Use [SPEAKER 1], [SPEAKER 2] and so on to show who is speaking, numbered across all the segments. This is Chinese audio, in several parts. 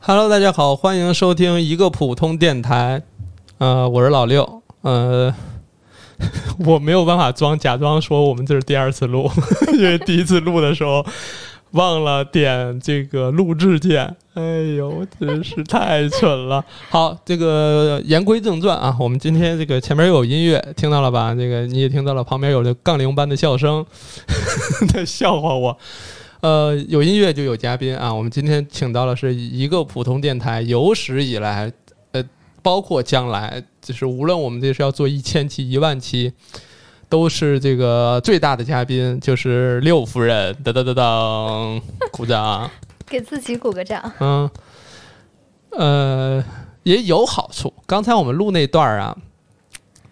[SPEAKER 1] Hello，大家好，欢迎收听一个普通电台。呃，我是老六。呃， 我没有办法装假装说我们这是第二次录， 因为第一次录的时候忘了点这个录制键。哎呦，真是太蠢了。 好，这个言归正传啊，我们今天这个前面有音乐，听到了吧？这个你也听到了，旁边有这杠铃般的笑声 在笑话我。呃，有音乐就有嘉宾啊。我们今天请到了是一个普通电台有史以来，呃，包括将来，就是无论我们这是要做一千期、一万期，都是这个最大的嘉宾，就是六夫人。噔噔噔噔，鼓掌。
[SPEAKER 2] 给自己鼓个掌。
[SPEAKER 1] 嗯，呃，也有好处。刚才我们录那段儿啊，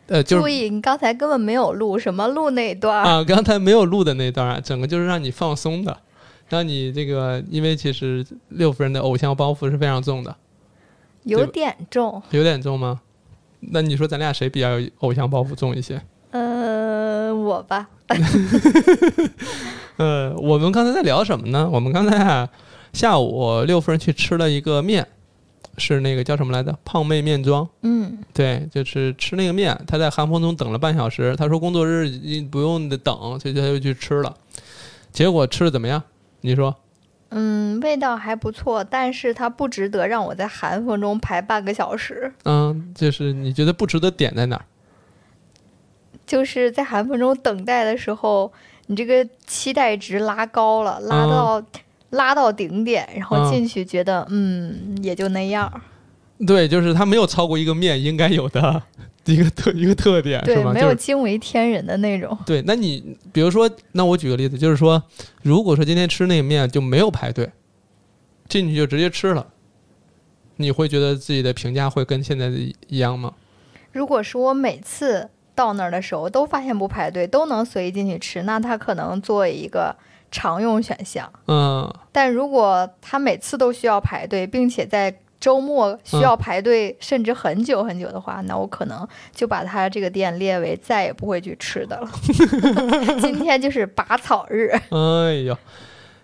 [SPEAKER 1] 呃，就是
[SPEAKER 2] 注意，你刚才根本没有录什么录那段儿，
[SPEAKER 1] 啊，刚才没有录的那段儿，整个就是让你放松的，让你这个，因为其实六夫人的偶像包袱是非常重的，
[SPEAKER 2] 有点重。
[SPEAKER 1] 有点重吗？那你说咱俩谁比较有偶像包袱重一些？
[SPEAKER 2] 呃，我吧，
[SPEAKER 1] 呃，我们刚才在聊什么呢？我们刚才啊，下午六夫人去吃了一个面，是那个叫什么来着？胖妹面庄。
[SPEAKER 2] 嗯，
[SPEAKER 1] 对，就是吃那个面，他在寒风中等了半小时，他说工作日你不用得等，所以他就去吃了。结果吃的怎么样？你说？
[SPEAKER 2] 嗯，味道还不错，但是它不值得让我在寒风中排半个小时。
[SPEAKER 1] 嗯，就是你觉得不值得点在哪儿？
[SPEAKER 2] 就是在寒风中等待的时候，你这个期待值拉高
[SPEAKER 1] 啊
[SPEAKER 2] 了，拉到、拉到顶点，然后进去觉得嗯也就那样儿，
[SPEAKER 1] 对，就是它没有超过一个面应该有的 一个特一个特点，是
[SPEAKER 2] 对，
[SPEAKER 1] 吗？
[SPEAKER 2] 没
[SPEAKER 1] 就
[SPEAKER 2] 有
[SPEAKER 1] 是
[SPEAKER 2] 惊为天人的那种。
[SPEAKER 1] 对。那你比如说，那我举个例子，就是说，如果说今天吃那个面就没有排队，进去就直接吃了，你会觉得自己的评价会跟现在的一一样吗？
[SPEAKER 2] 如果是我每次到那儿的时候都发现不排队，都能随意进去吃，那它可能作为一个常用选项。
[SPEAKER 1] 嗯，
[SPEAKER 2] 但如果它每次都需要排队，并且在周末需
[SPEAKER 1] 嗯
[SPEAKER 2] 要排队，甚至很久很久的话，那我可能就把它这个店列为再也不会去吃的了。 今天就是拔草日，
[SPEAKER 1] 哎呦，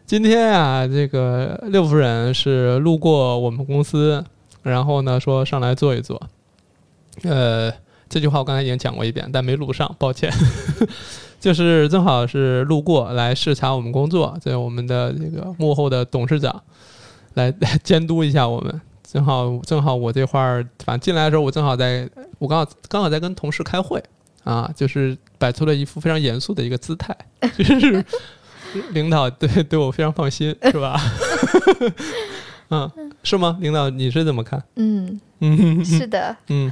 [SPEAKER 1] 今天啊，这个六夫人是路过我们公司，然后呢说上来坐一坐。呃，这句话我刚才已经讲过一遍，但没录上，抱歉。 就是正好是路过来视察我们工作，这我们的这个幕后的董事长来来监督一下我们。正好正好我这块儿，反正进来的时候我正好在，我刚好刚好在跟同事开会啊，就是摆出了一副非常严肃的一个姿态， 就是 领导对对我非常放心，是吧？ 嗯，是吗？领导，你是怎么看？
[SPEAKER 2] 嗯，
[SPEAKER 1] 嗯
[SPEAKER 2] 是的，
[SPEAKER 1] 嗯，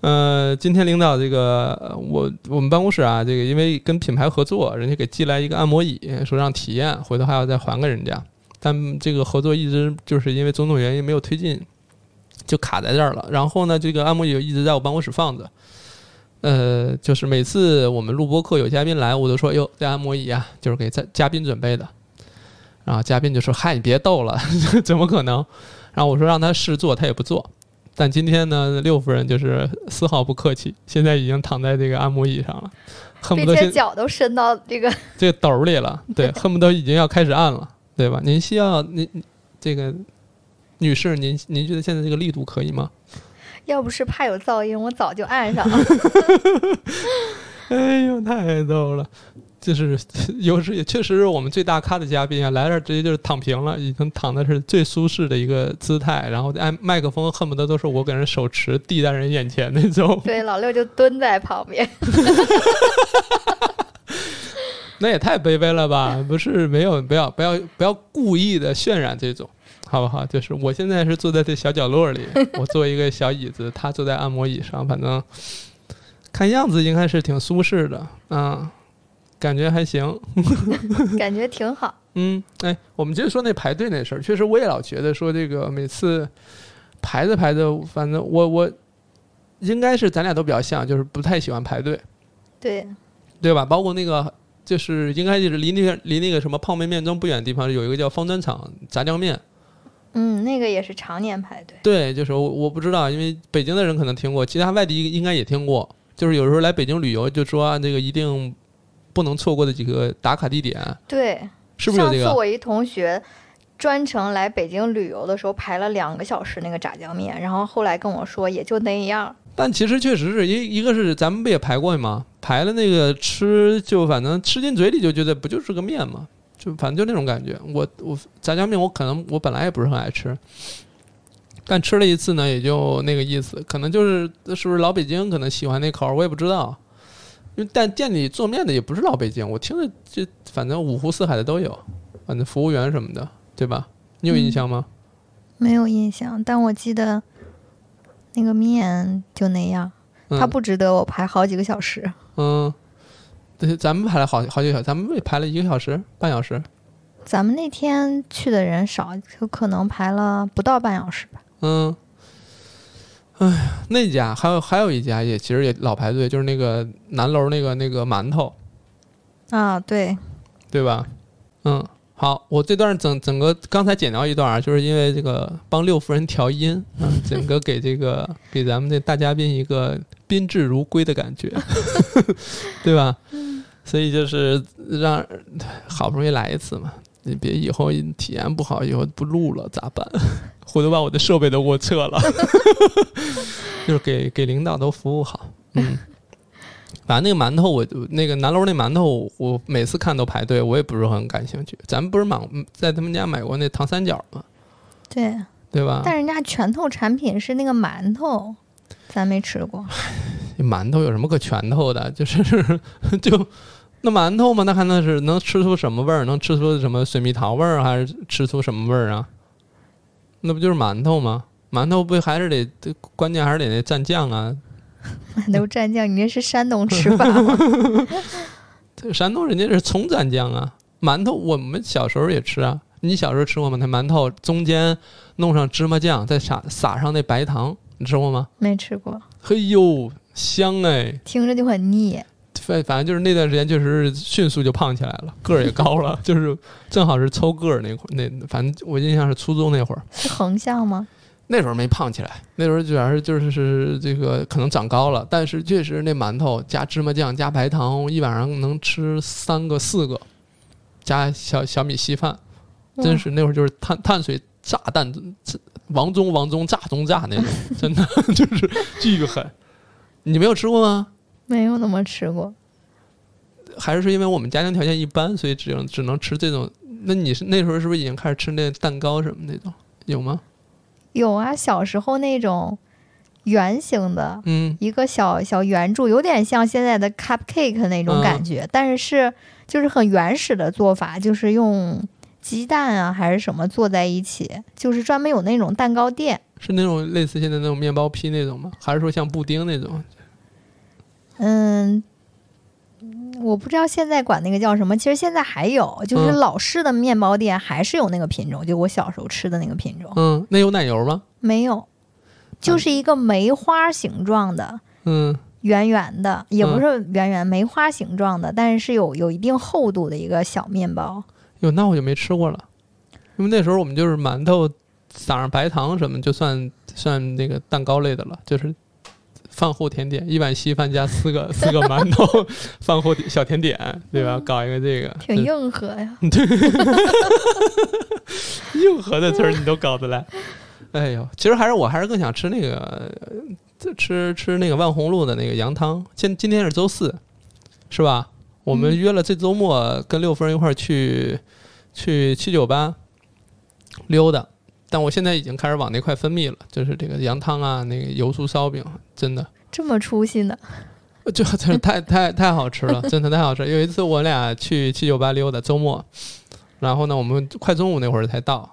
[SPEAKER 1] 呃，今天领导这个呃我我们办公室啊，这个因为跟品牌合作，人家给寄来一个按摩椅，说让体验，回头还要再还给人家。但这个合作一直就是因为种种原因没有推进，就卡在这儿了。然后呢，这个按摩椅一直在我办公室放着。呃，就是每次我们录播课有嘉宾来，我都说哟，这按摩椅啊，就是给嘉嘉宾准备的。然后嘉宾就说：“嗨，你别逗了， 怎么可能？”然后我说让他试做，他也不做。但今天呢，六夫人就是丝毫不客气，现在已经躺在这个按摩椅上了， 恨
[SPEAKER 2] 并
[SPEAKER 1] 不得
[SPEAKER 2] 且
[SPEAKER 1] 现
[SPEAKER 2] 脚都伸到这个
[SPEAKER 1] 这个兜里了，对，恨不得已经要开始按了，对吧？您需要您这个女士，您您觉得现在这个力度可以吗？
[SPEAKER 2] 要不是怕有噪音，我早就 按上了。
[SPEAKER 1] 哎呦，太逗了！就是 有时也确实是我们最大咖的嘉宾啊，来这儿直接就是躺平了，已经躺的是最舒适的一个姿态，然后按麦克风恨不得都是我给人手持递在人眼前那种，
[SPEAKER 2] 对，老六就蹲在旁边。
[SPEAKER 1] 那也太卑微了吧？不是没有不要不要不要故意的渲染这种，好不好？就是我现在是坐在这小角落里，我坐一个小椅子，他坐在按摩椅上，反正看样子应该是挺舒适的，嗯，感觉还行。
[SPEAKER 2] 感觉挺好。
[SPEAKER 1] 嗯，哎，我们接着说那排队那事儿，确实我也老觉得说这个每次排着排着，反正我我应该是咱俩都比较像，就是不太喜欢排队，
[SPEAKER 2] 对，
[SPEAKER 1] 对吧？包括那个就是应该就是离那个离那个什么泡面面庄不远的地方有一个叫方砖厂炸酱面，
[SPEAKER 2] 嗯，那个也是常年排队。
[SPEAKER 1] 对，就是我我不知道，因为北京的人可能听过，其他外地应该也听过，就是有时候来北京旅游就说、啊、这个一定不能错过的几个打卡地点，
[SPEAKER 2] 对，
[SPEAKER 1] 是不是有这
[SPEAKER 2] 上次
[SPEAKER 1] 个？
[SPEAKER 2] 我一同学专程来北京旅游的时候排了两个小时那个炸酱面，然后后来跟我说也就那样。
[SPEAKER 1] 但其实确实是一一个是咱们不也排过嘛，排了那个吃就反正吃进嘴里就觉得不就是个面嘛，就反正就那种感觉。我我炸酱面我可能我本来也不是很爱吃，但吃了一次呢也就那个意思，可能就是是不是老北京可能喜欢那口儿，我也不知道。因为但店里做面的也不是老北京，我听着就反正五湖四海的都有，反正服务员什么的，对吧？你有印象吗？
[SPEAKER 2] 没有印象，但我记得那个面就那样，
[SPEAKER 1] 嗯、
[SPEAKER 2] 它不值得我排好几个小时。
[SPEAKER 1] 嗯，对，咱们排了好好几个小时，咱们也排了一个小时、半小时。
[SPEAKER 2] 咱们那天去的人少，有可能排了不到半小时吧。
[SPEAKER 1] 嗯，哎，那家还有还有一家也其实也老排队，就是那个南楼那个那个馒头，
[SPEAKER 2] 啊，对，
[SPEAKER 1] 对吧？嗯，好，我这段整整个刚才剪掉一段啊，就是因为这个帮六夫人调音，嗯，整个给这个给咱们这大嘉宾一个宾至如归的感觉， 对吧？所以就是让好不容易来一次嘛，你别以后体验不好，以后不录了咋办？ 回头把我的设备都给我撤了， 就是给给领导都服务好，嗯。反正那个馒头我，那个南楼那馒头，我每次看都排队，我也不是很感兴趣。咱们不是买在他们家买过那糖三角吗？
[SPEAKER 2] 对，
[SPEAKER 1] 对吧？
[SPEAKER 2] 但人家拳头产品是那个馒头，咱没吃过。
[SPEAKER 1] 馒头有什么可拳头的？就是 就那馒头嘛，那还能是能吃出什么味儿？能吃出什么水蜜桃味儿，还是吃出什么味儿啊？那不就是馒头吗？馒头不还是得关键还是得那蘸酱啊？
[SPEAKER 2] 馒头蘸酱，你这是山东吃 法吗？
[SPEAKER 1] 这山东人家是葱蘸酱啊，馒头我们小时候也吃啊。你小时候吃过吗？那馒头中间弄上芝麻酱，再撒撒上那白糖，你吃过吗？
[SPEAKER 2] 没吃过，
[SPEAKER 1] 嘿呦，香哎！
[SPEAKER 2] 听着就很腻。
[SPEAKER 1] 反反正就是那段时间，确实是迅速就胖起来了，个儿也高了， 就是正好是抽个儿那会儿，那反正我印象是初中那会儿，
[SPEAKER 2] 是横向吗？
[SPEAKER 1] 那时候没胖起来，那时候主要是就是是这个可能长高了，但是确实那馒头加芝麻酱加白糖，一晚上能吃三个四个，加小小米稀饭，真是那会儿就是碳碳水炸弹，王中王中炸中炸那种，真的就是巨狠。你没有吃过吗？
[SPEAKER 2] 没有怎么吃过。
[SPEAKER 1] 还是因为我们家庭条件一般，所以只能只能吃这种。那你是那时候是不是已经开始吃那蛋糕什么那种？有吗？
[SPEAKER 2] 有啊，小时候那种圆形的，
[SPEAKER 1] 嗯，
[SPEAKER 2] 一个小小圆柱，有点像现在的 cupcake 那种感觉，但是是就是很原始的做法，就是用鸡蛋啊还是什么做在一起，就是专门有那种蛋糕店。
[SPEAKER 1] 是那种类似现在那种面包坯那种吗？还是说像布丁那种？
[SPEAKER 2] 嗯，我不知道现在管那个叫什么，其实现在还有，就是
[SPEAKER 1] 嗯
[SPEAKER 2] 老式的面包店还是有那个品种，就我小时候吃的那个品种，
[SPEAKER 1] 嗯，那有奶油吗？
[SPEAKER 2] 没有，就是一个梅花形状的。
[SPEAKER 1] 嗯
[SPEAKER 2] 圆圆的，也不是圆圆，梅花形状的，但是是有有一定厚度的一个小面包。
[SPEAKER 1] 哟，那我就没吃过了，因为那时候我们就是馒头撒上白糖什么，就算算那个蛋糕类的了，就是饭后甜点，一碗稀饭加四个四个馒头， 饭后小甜点，对吧？搞一个这个，
[SPEAKER 2] 挺硬核呀，
[SPEAKER 1] 嗯 硬核的词儿你都搞得来。 哎呦，其实还是我还是更想吃那个，呃这吃吃那个万红路的那个羊汤。今今天是周四，是吧？我们
[SPEAKER 2] 嗯
[SPEAKER 1] 约了这周末跟六夫人一块儿去去七九八溜达，但我现在已经开始往那块分泌了，就是这个羊汤啊，那个油酥烧饼，真的
[SPEAKER 2] 这么出息呢？
[SPEAKER 1] 就就是太太太好吃了，真的太好吃了。有一次我俩去七九八溜达，周末，然后呢，我们快中午那会儿才到，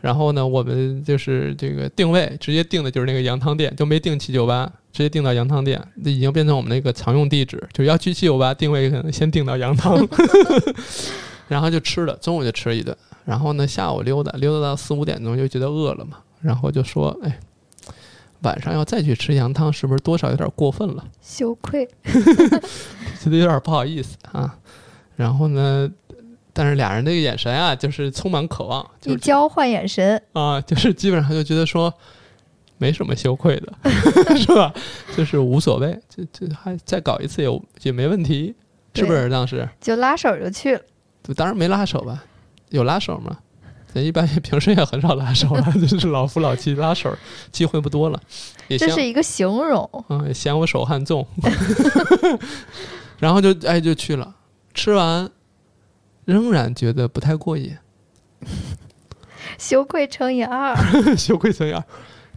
[SPEAKER 1] 然后呢，我们就是这个定位直接定的就是那个羊汤店，就没定七九八，直接定到羊汤店，已经变成我们那个常用地址，就要去七九八定位，可能先定到羊汤， 然后就吃了，中午就吃了一顿，然后呢，下午溜达溜达到四五点钟就觉得饿了嘛，然后就说，哎，晚上要再去吃羊汤，是不是多少有点过分了？
[SPEAKER 2] 羞愧，
[SPEAKER 1] 觉得有点不好意思啊。然后呢，但是俩人那个眼神啊，就是充满渴望，就
[SPEAKER 2] 一
[SPEAKER 1] 是
[SPEAKER 2] 交换眼神，
[SPEAKER 1] 啊，就是基本上就觉得说没什么羞愧的， 是吧？就是无所谓，这这还再搞一次也也没问题，是不是？当时
[SPEAKER 2] 就拉手就去了。
[SPEAKER 1] 当然没拉手吧？有拉手吗？咱一般也平时也很少拉手了， 就是老夫老妻拉手机会不多了，也
[SPEAKER 2] 这
[SPEAKER 1] 嫌
[SPEAKER 2] 是一个形容。
[SPEAKER 1] 嗯也嫌我手汗重， 然后就哎就去了，吃完仍然觉得不太过瘾，
[SPEAKER 2] 羞愧乘以二，
[SPEAKER 1] 羞愧成样，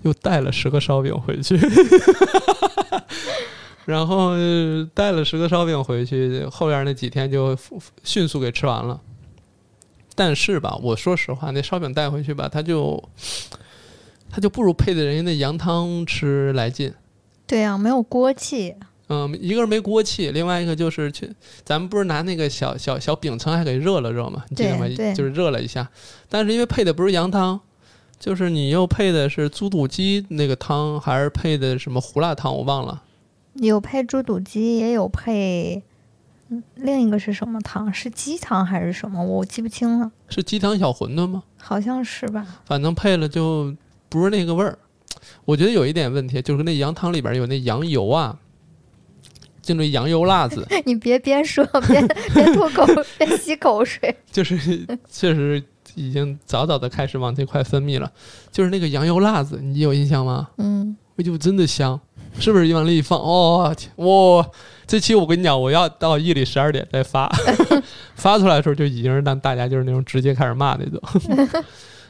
[SPEAKER 1] 又带了十个烧饼回去， 然后呃带了十个烧饼回去，后边那几天就迅速给吃完了。但是吧，我说实话，那烧饼带回去吧，它就它就不如配的人家那羊汤吃来劲。
[SPEAKER 2] 对呀、没有锅气，
[SPEAKER 1] 嗯，一个是没锅气，另外一个就是去，咱们不是拿那个小小小饼铛还给热了热嘛，你记得吗
[SPEAKER 2] 对对？
[SPEAKER 1] 就是热了一下，但是因为配的不是羊汤，就是你又配的是猪肚鸡那个汤，还是配的什么胡辣汤，我忘了。
[SPEAKER 2] 有配猪肚鸡，也有配，嗯另一个是什么汤？是鸡汤还是什么？我记不清了，
[SPEAKER 1] 是鸡汤小馄饨吗？
[SPEAKER 2] 好像是吧？
[SPEAKER 1] 反正配了就不是那个味儿。我觉得有一点问题，就是那羊汤里边有那羊油啊，就那羊油辣子，
[SPEAKER 2] 你别边说边边吐口边吸口水，
[SPEAKER 1] 就是确实已经早早的开始往这块分泌了，就是那个羊油辣子，你有印象吗？
[SPEAKER 2] 嗯，
[SPEAKER 1] 哎呦，真的香，是不是？往里一放，哦，天哇！这期我跟你讲，我要到夜里十二点再发，发出来的时候就已经让大家就是那种直接开始骂那种。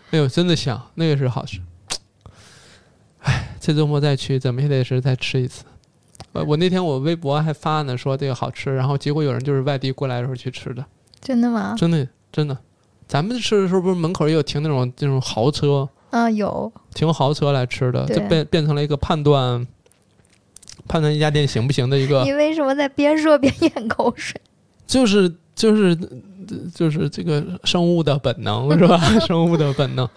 [SPEAKER 1] 哎呦，真的香，那个是好吃。哎，这周末再去，怎么也得是再吃一次。呃我我那天我微博还发呢，说这个好吃，然后结果有人就是外地过来的时候去吃的，
[SPEAKER 2] 真的吗？
[SPEAKER 1] 真的真的。咱们吃的时候不是门口也有停那种那种豪车，
[SPEAKER 2] 啊，有，
[SPEAKER 1] 停豪车来吃的，
[SPEAKER 2] 对
[SPEAKER 1] 就变变成了一个判断判断一家店行不行的一个
[SPEAKER 2] 你，为什么在边说边咽口水？
[SPEAKER 1] 就是就是就是这个生物的本能是吧？ 生物的本能，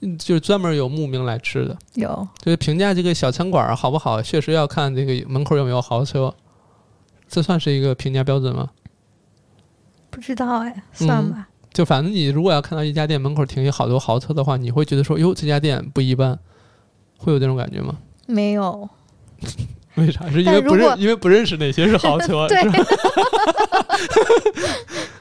[SPEAKER 1] 嗯就是专门有慕名来吃的。
[SPEAKER 2] 有，
[SPEAKER 1] 就是评价这个小餐馆儿好不好，确实要看这个门口有没有豪车，这算是一个评价标准吗？
[SPEAKER 2] 不知道哎，算
[SPEAKER 1] 嗯
[SPEAKER 2] 吧。
[SPEAKER 1] 就反正你如果要看到一家店门口停有好多豪车的话，你会觉得说哟这家店不一般，会有这种感觉吗？
[SPEAKER 2] 没有，
[SPEAKER 1] 为啥？是因
[SPEAKER 2] 但
[SPEAKER 1] 为
[SPEAKER 2] 如
[SPEAKER 1] 不
[SPEAKER 2] 果
[SPEAKER 1] 认，因为不认识哪些是豪车，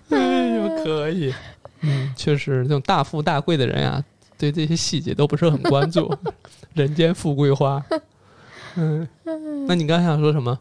[SPEAKER 2] 对，
[SPEAKER 1] 哎呦，可以，嗯，确实，这种大富大贵的人啊，对这些细节都不是很关注。 人间富贵花，嗯，那你刚才想说什么？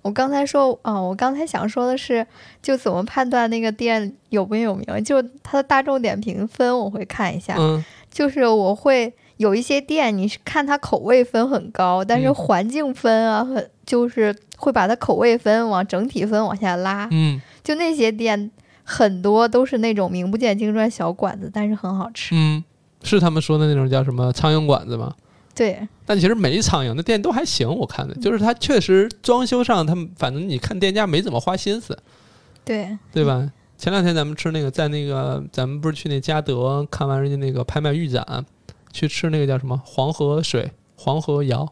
[SPEAKER 2] 我刚才说啊、我刚才想说的是，就怎么判断那个店有没有名，就它的大众点评分我会看一下，
[SPEAKER 1] 嗯，
[SPEAKER 2] 就是我会有一些店，你是看它口味分很高，但是
[SPEAKER 1] 嗯
[SPEAKER 2] 环境分啊，很就是会把它口味分往整体分往下拉，
[SPEAKER 1] 嗯
[SPEAKER 2] 就那些店。很多都是那种名不见经传小馆子，但是很好吃。
[SPEAKER 1] 嗯，是他们说的那种叫什么苍蝇馆子吗？
[SPEAKER 2] 对，
[SPEAKER 1] 但其实没苍蝇，那店都还行，我看的，就是它确实装修上，他们反正你看店家没怎么花心思，
[SPEAKER 2] 对，
[SPEAKER 1] 对吧？前两天咱们吃那个，在那个咱们不是去那嘉德看完人家那个拍卖预展，去吃那个叫什么黄河水黄河肴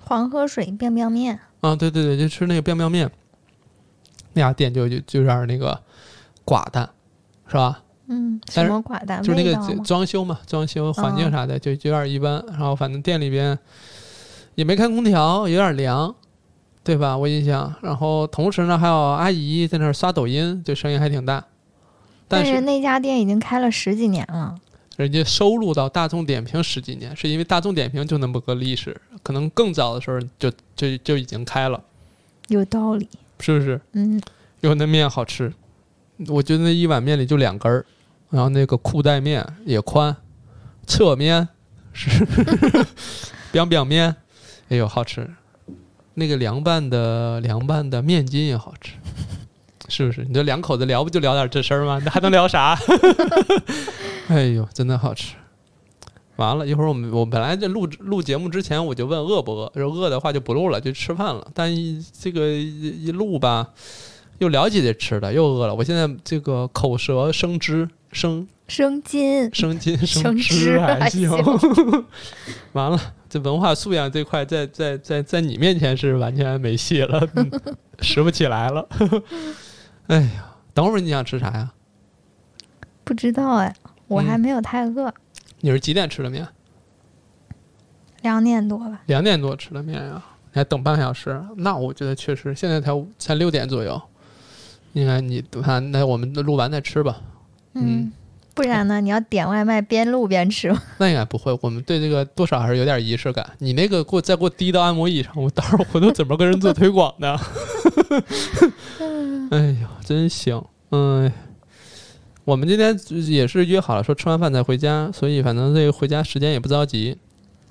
[SPEAKER 2] 黄河水便便面，
[SPEAKER 1] 啊，对对对，就吃那个 biang biang 面，那家店就就就有点那个寡淡，是吧？
[SPEAKER 2] 嗯，什
[SPEAKER 1] 但是
[SPEAKER 2] 么寡淡
[SPEAKER 1] 就是那
[SPEAKER 2] 味
[SPEAKER 1] 个
[SPEAKER 2] 道
[SPEAKER 1] 这
[SPEAKER 2] 吗？
[SPEAKER 1] 装修嘛，装修环境
[SPEAKER 2] 嗯
[SPEAKER 1] 啥的就就有点一般，然后反正店里边也没开空调，有点凉。对吧？我印象，然后同时呢，还有阿姨在那儿刷抖音，就声音还挺大。但
[SPEAKER 2] 但
[SPEAKER 1] 是
[SPEAKER 2] 是那家店已经开了十几年了。
[SPEAKER 1] 人家收录到大众点评十几年，是因为大众点评就那么个历史，可能更早的时候就就就已经开了，
[SPEAKER 2] 有道理。
[SPEAKER 1] 是不是？
[SPEAKER 2] 嗯，
[SPEAKER 1] 哟，那面好吃，我觉得那一碗面里就两根儿，然后那个裤带面也宽，侧面是 表表面，哎呦好吃，那个凉拌的凉拌的面筋也好吃，是不是？你这两口子聊不就聊点这事儿吗？那还能聊啥？ 哎呦，真的好吃。完了，一会儿我们我本来这录录节目之前我就问饿不饿，如果饿的话就不录了，就吃饭了。但一这个一一录吧，又了解这吃的，又饿了。我现在这个口舌生汁，生
[SPEAKER 2] 生津
[SPEAKER 1] 生津
[SPEAKER 2] 生
[SPEAKER 1] 汁
[SPEAKER 2] 汁
[SPEAKER 1] 还
[SPEAKER 2] 还
[SPEAKER 1] 行
[SPEAKER 2] 行。
[SPEAKER 1] 完了，这文化素养这块在在在在你面前是完全没戏了，嗯拾不起来了。 哎呀，等会儿你想吃啥呀？
[SPEAKER 2] 不知道哎，
[SPEAKER 1] 嗯
[SPEAKER 2] 我还没有太饿，
[SPEAKER 1] 你是几点吃的面？
[SPEAKER 2] 两点多吧。
[SPEAKER 1] 两点多吃的面呀、你还等半个小时？啊那我觉得确实，现在才五才六点左右，应该你看，那我们录完再吃吧。嗯
[SPEAKER 2] 嗯，不然呢？你要点外卖边录边吃 吗？
[SPEAKER 1] 那应该不会，我们对这个多少还是有点仪式感。你那个给我再给我滴到按摩椅上，我待会儿回头怎么跟人做推广呢？ 哎呦，真行，嗯。我们今天也是约好了，说吃完饭再回家，所以反正这个回家时间也不着急。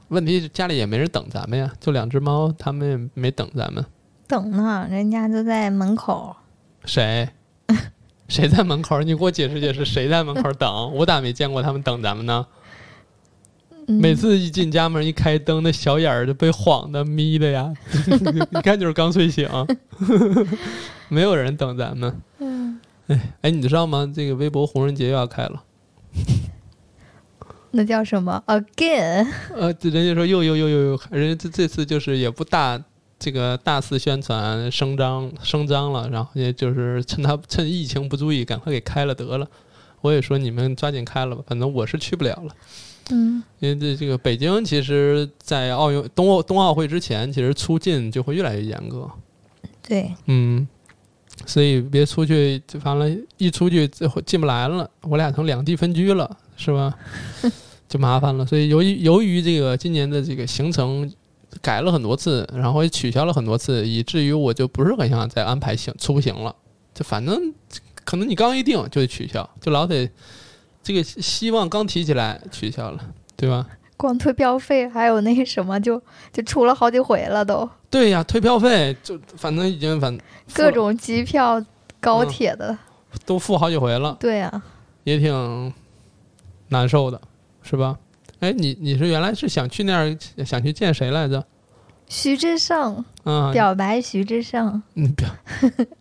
[SPEAKER 1] 问题是家里也没人等咱们呀，就两只猫，他们也没等咱们。
[SPEAKER 2] 等呢，人家就在门口。
[SPEAKER 1] 谁？谁在门口？你给我解释解释，谁在门口 等？我咋没见过他们等咱们呢？
[SPEAKER 2] 嗯
[SPEAKER 1] 每次一进家门一开灯，那小眼儿就被晃的眯的呀， 一看就是刚 睡醒，没有人等咱们。
[SPEAKER 2] 嗯，
[SPEAKER 1] 哎，你知道吗？这个微博红人节又要开了。
[SPEAKER 2] 那叫什么？Again？
[SPEAKER 1] 呃，这人家说又又又又又，人家这这次就是也不大这个大肆宣传声张声张了，然后也就是趁他趁疫情不注意，赶快给开了得了。我也说你们抓紧开了吧，反正我是去不了了，
[SPEAKER 2] 嗯
[SPEAKER 1] 因为这这个北京其实，在奥运冬奥冬奥会之前，其实出境就会越来越严格，，
[SPEAKER 2] 对，
[SPEAKER 1] 嗯，所以别出去，就完了，一出去最后进不来了，我俩成两地分居了，是吧？就麻烦了。所以由于由于这个今年的这个行程改了很多次，然后也取消了很多次，以至于我就不是很想再安排行出行了。就反正可能你刚一定就得取消，就老得这个希望刚提起来取消了，对吧？
[SPEAKER 2] 光退票费还有那什么就，就出了好几回了都，
[SPEAKER 1] 对呀，退票费就反正已经反
[SPEAKER 2] 各种机票、高
[SPEAKER 1] 嗯
[SPEAKER 2] 铁的，
[SPEAKER 1] 都付好几回了。
[SPEAKER 2] 对啊，
[SPEAKER 1] 也挺难受的，是吧？哎，你你是原来是想去那儿想去见谁来着？
[SPEAKER 2] 徐志胜
[SPEAKER 1] 啊，
[SPEAKER 2] 表白徐志胜，
[SPEAKER 1] 你表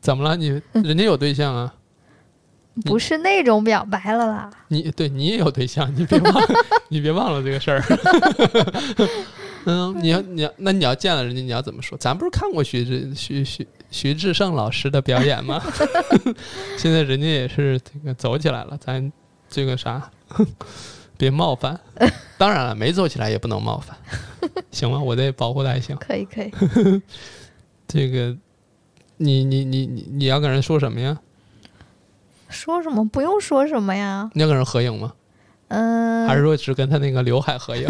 [SPEAKER 1] 怎么了？你人家有对象啊，嗯
[SPEAKER 2] 不是那种表白了啦，
[SPEAKER 1] 你对你也有对象，你别忘了 你别忘了这个事儿。 嗯，你要你要那你要见了人家，你要怎么说？咱不是看过徐志徐徐徐志胜老师的表演吗？ 现在人家也是这个走起来了，咱这个啥， 别冒犯。当然了，没走起来也不能冒犯，行吗？我得保护他还行。
[SPEAKER 2] 可 以可以，
[SPEAKER 1] 这个，你你你你你要跟人说什么呀？
[SPEAKER 2] 说什么不用说什么呀，
[SPEAKER 1] 你要跟人合影吗？
[SPEAKER 2] 嗯、
[SPEAKER 1] 还是说只跟他那个刘海合影？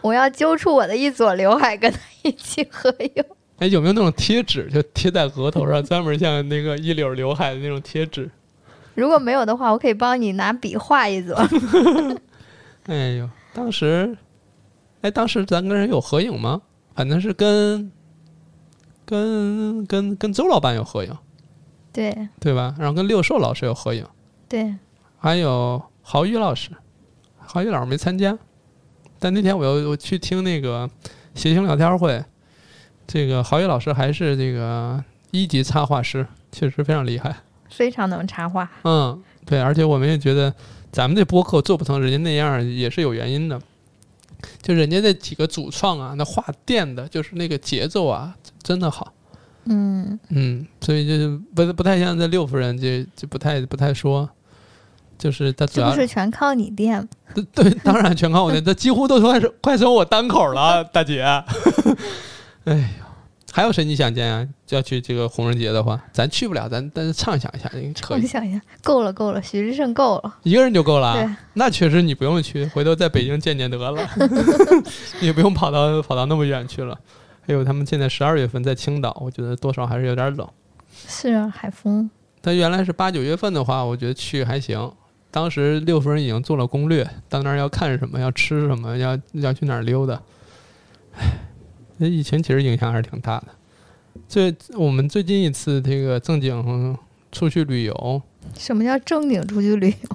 [SPEAKER 2] 我要揪出我的一撮刘海跟他一起合影，
[SPEAKER 1] 哎，有没有那种贴纸，就贴在额头上，专门像那个一绺刘海的那种贴纸？
[SPEAKER 2] 如果没有的话，我可以帮你拿笔画一撮，
[SPEAKER 1] 哎呦，当时，哎，当时咱跟人有合影吗？反正是跟，跟跟跟周老板有合影，
[SPEAKER 2] 对
[SPEAKER 1] 对吧？然后跟六兽老师有合影，
[SPEAKER 2] 对，
[SPEAKER 1] 还有郝宇老师，郝宇老师没参加，但那天我又我去听那个谐星聊天会，这个郝宇老师还是这个一级插画师，确实非常厉害。
[SPEAKER 2] 非常能插画，
[SPEAKER 1] 嗯，对，而且我们也觉得咱们这播客做不成人家那样儿也是有原因的，就人家那几个主创啊，那画电的，就是那个节奏啊，真的好。
[SPEAKER 2] 嗯，
[SPEAKER 1] 嗯，所以就是不不太像这六夫人就就不太不太说，就是他主
[SPEAKER 2] 这
[SPEAKER 1] 要
[SPEAKER 2] 不是全靠你垫吗，
[SPEAKER 1] 对对，当然全靠我那，这几乎都快成快成我单口了啊，大姐。 哎呦，还有谁你想见啊？就要去这个红人节的话，咱去不了，咱但是畅想一下也可
[SPEAKER 2] 我
[SPEAKER 1] 以，
[SPEAKER 2] 想一下，够了够了，徐志胜够了，
[SPEAKER 1] 一个人就够了啊。
[SPEAKER 2] 对。
[SPEAKER 1] 那确实你不用去，回头在北京见见得了， 也不用跑到跑到那么远去了。还有他们现在十二月份在青岛，我觉得多少还是有点冷。
[SPEAKER 2] 是啊，海风，
[SPEAKER 1] 但原来是八九月份的话，我觉得去还行。当时六夫人已经做了攻略，到那儿要看什么，要吃什么，要要去哪儿溜达。唉，这疫情其实影响还是挺大的。最我们最近一次这个正经出去旅游，
[SPEAKER 2] 什么叫正经出去旅游？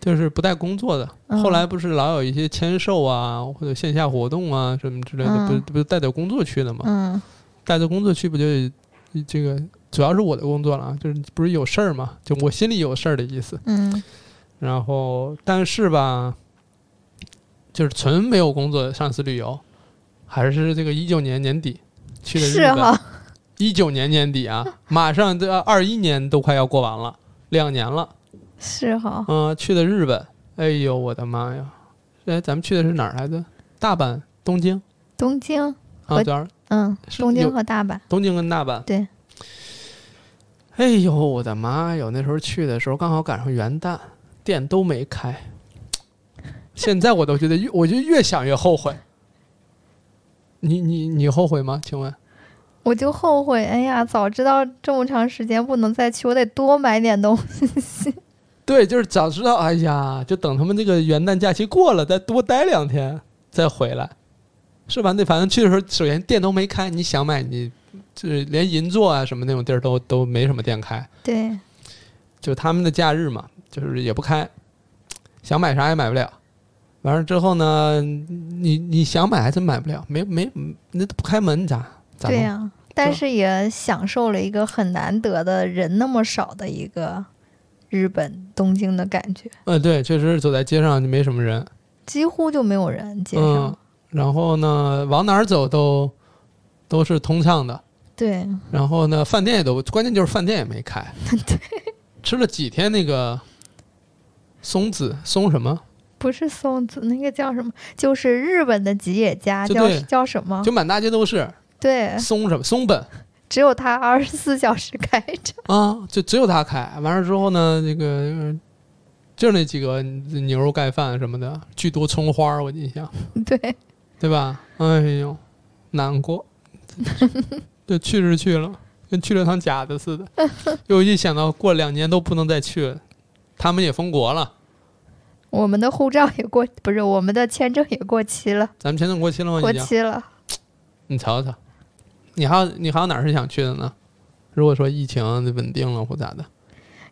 [SPEAKER 1] 就是不带工作的。
[SPEAKER 2] 嗯
[SPEAKER 1] 后来不是老有一些签售啊，或者线下活动啊什么之类的，
[SPEAKER 2] 嗯
[SPEAKER 1] 不是不是带着工作去的嘛？
[SPEAKER 2] 嗯
[SPEAKER 1] 带着工作去不就这个主要是我的工作了啊，就是不是有事儿嘛？就我心里有事儿的意思。
[SPEAKER 2] 嗯
[SPEAKER 1] 然后但是吧，就是纯没有工作上次旅游，还是这个一九年年底去的日
[SPEAKER 2] 是
[SPEAKER 1] 本。
[SPEAKER 2] 哈，
[SPEAKER 1] 一九年年底啊，马上这二一年都快要过完了，两年了。
[SPEAKER 2] 是哈，
[SPEAKER 1] 嗯、去的日本，哎呦我的妈呀！哎，咱们去的是哪儿来着？大阪、东京
[SPEAKER 2] 东京，
[SPEAKER 1] 啊，
[SPEAKER 2] 和
[SPEAKER 1] 对儿，
[SPEAKER 2] 嗯，
[SPEAKER 1] 是
[SPEAKER 2] 东京
[SPEAKER 1] 有
[SPEAKER 2] 和大阪，
[SPEAKER 1] 东京跟大阪。
[SPEAKER 2] 对。
[SPEAKER 1] 哎呦我的妈呀！那时候去的时候刚好赶上元旦，店都没开。现在我都觉得越，我就越想越后悔。你你你后悔吗？请问？
[SPEAKER 2] 我就后悔，哎呀，早知道这么长时间不能再去，我得多买点东西。
[SPEAKER 1] 对，就是早知道，哎呀，就等他们这个元旦假期过了，再多待两天再回来，是吧？那反正去的时候，首先店都没开，你想买你，就是连银座啊什么那种地儿都都没什么店开，
[SPEAKER 2] 对，
[SPEAKER 1] 就他们的假日嘛，就是也不开，想买啥也买不了。完了之后呢，你你想买还真买不了，没没，那都不开门，你咋咋
[SPEAKER 2] 对
[SPEAKER 1] 弄
[SPEAKER 2] 呀、但是也享受了一个很难得的人那么少的一个日本东京的感觉，
[SPEAKER 1] 呃，对，确实走在街上就没什么人，
[SPEAKER 2] 几乎就没有人街上。
[SPEAKER 1] 嗯，然后呢，往哪儿走都都是通畅的，
[SPEAKER 2] 对，
[SPEAKER 1] 然后呢，饭店也都，关键就是饭店也没开，吃了几天那个松子松什么，
[SPEAKER 2] 不是松子，那个叫什么？就是日本的吉野家，
[SPEAKER 1] 就
[SPEAKER 2] 叫
[SPEAKER 1] 对
[SPEAKER 2] 叫什么？
[SPEAKER 1] 就满大街都是
[SPEAKER 2] 对，
[SPEAKER 1] 松什么松本
[SPEAKER 2] 只有它二十四 小时开着。
[SPEAKER 1] 啊，就只有他开，完了之后呢，那个。呃就那几个牛肉盖饭什么的，巨多葱花儿，我印象。
[SPEAKER 2] 对，
[SPEAKER 1] 对吧？哎呦，难 过，就去是去了，跟去了趟假的似的。又一想到过两年都不能再去了，他们也封国了，
[SPEAKER 2] 我们的护照也过，不是我们的签证也过期了，
[SPEAKER 1] 咱们签证过期了吗？
[SPEAKER 2] 过
[SPEAKER 1] 已经，
[SPEAKER 2] 期了。
[SPEAKER 1] 你瞧瞧，你还有你还有哪儿是想去的呢？如果说疫情稳定了或咋的，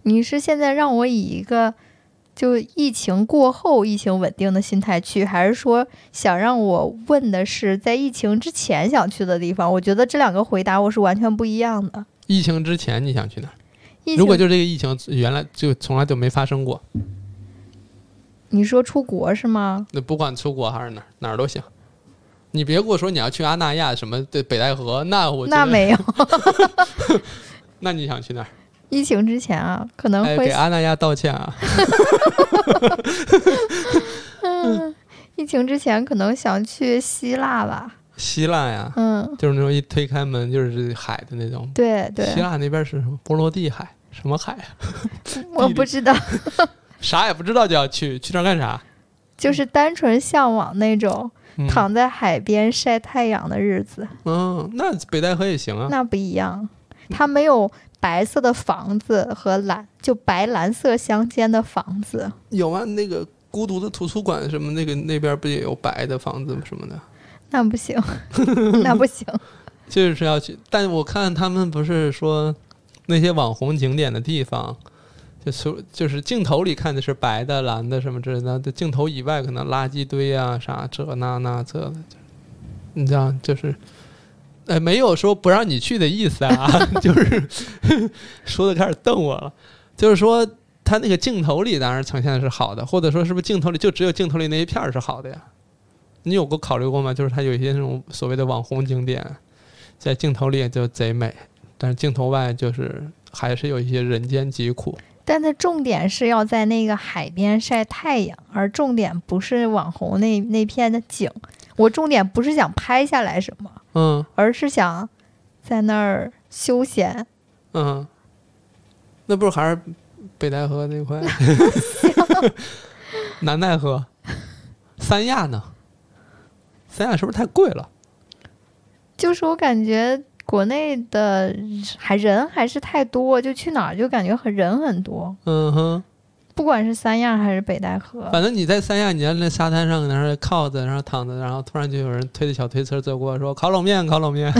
[SPEAKER 2] 你是现在让我以一个就疫情过后、疫情稳定的心态去，还是说想让我问的是在疫情之前想去的地方？我觉得这两个回答我是完全不一样的。
[SPEAKER 1] 疫情之前你想去哪儿？
[SPEAKER 2] 疫情
[SPEAKER 1] 如果就这个疫情原来就从来就没发生过，
[SPEAKER 2] 你说出国是吗？
[SPEAKER 1] 那不管出国还是哪儿哪儿都行。你别跟我说你要去阿那亚什么对北戴河，那我觉
[SPEAKER 2] 那
[SPEAKER 1] 得，
[SPEAKER 2] 没有，
[SPEAKER 1] 那你想去哪儿？
[SPEAKER 2] 疫情之前啊，可能
[SPEAKER 1] 哎，
[SPEAKER 2] 会
[SPEAKER 1] 给阿那亚道歉啊！
[SPEAKER 2] 疫情之前可能想去希腊吧。
[SPEAKER 1] 希腊呀，
[SPEAKER 2] 嗯，
[SPEAKER 1] 就是那种一推开门就是海的那种。
[SPEAKER 2] 对
[SPEAKER 1] 希
[SPEAKER 2] 对，
[SPEAKER 1] 腊那边是什么波罗的海？什么海啊？
[SPEAKER 2] 我
[SPEAKER 1] 地
[SPEAKER 2] 不
[SPEAKER 1] 理
[SPEAKER 2] 知道，
[SPEAKER 1] 啥也不知道就要去，去那儿干啥？
[SPEAKER 2] 就是单纯向往那种
[SPEAKER 1] 嗯，
[SPEAKER 2] 躺在海边晒太阳的日子。
[SPEAKER 1] 嗯，那北戴河也行啊。
[SPEAKER 2] 那不一样，
[SPEAKER 1] 嗯
[SPEAKER 2] 它没有白色的房子和蓝，就白蓝色相间的房子。
[SPEAKER 1] 有啊，那个孤独的图书馆什么那个那边不也有白的房子什么的？
[SPEAKER 2] 那 不行，那不行。
[SPEAKER 1] 就是要去，但我看他们不是说那些网红景点的地方，就是就是镜头里看的是白的、蓝的什么之类的，这镜头以外可能垃圾堆啊啥这那那这的，就你知道就是。哎，没有说不让你去的意思啊， 就是说的开始瞪我了。就是说，他那个镜头里当然呈现的是好的，或者说是不是镜头里就只有镜头里那一片儿是好的呀？你有过考虑过吗？就是他有一些那种所谓的网红景点，在镜头里就贼美，但是镜头外就是还是有一些人间疾苦。
[SPEAKER 2] 但它重点是要在那个海边晒太阳，而重点不是网红那那片的景。我重点不是想拍下来什么，
[SPEAKER 1] 嗯
[SPEAKER 2] 而是想在那儿休闲。
[SPEAKER 1] 嗯，那不是还是北戴河那 块？南戴河、三亚呢？三亚是不是太贵了？
[SPEAKER 2] 就是我感觉国内的还人还是太多，就去哪儿就感觉很人很多，
[SPEAKER 1] 嗯哼，
[SPEAKER 2] 不管是三亚还是北戴河。
[SPEAKER 1] 反正你在三亚，你在那沙滩上，然后靠着，然后躺着，然后突然就有人推着小推车走过，说烤冷面，烤冷面，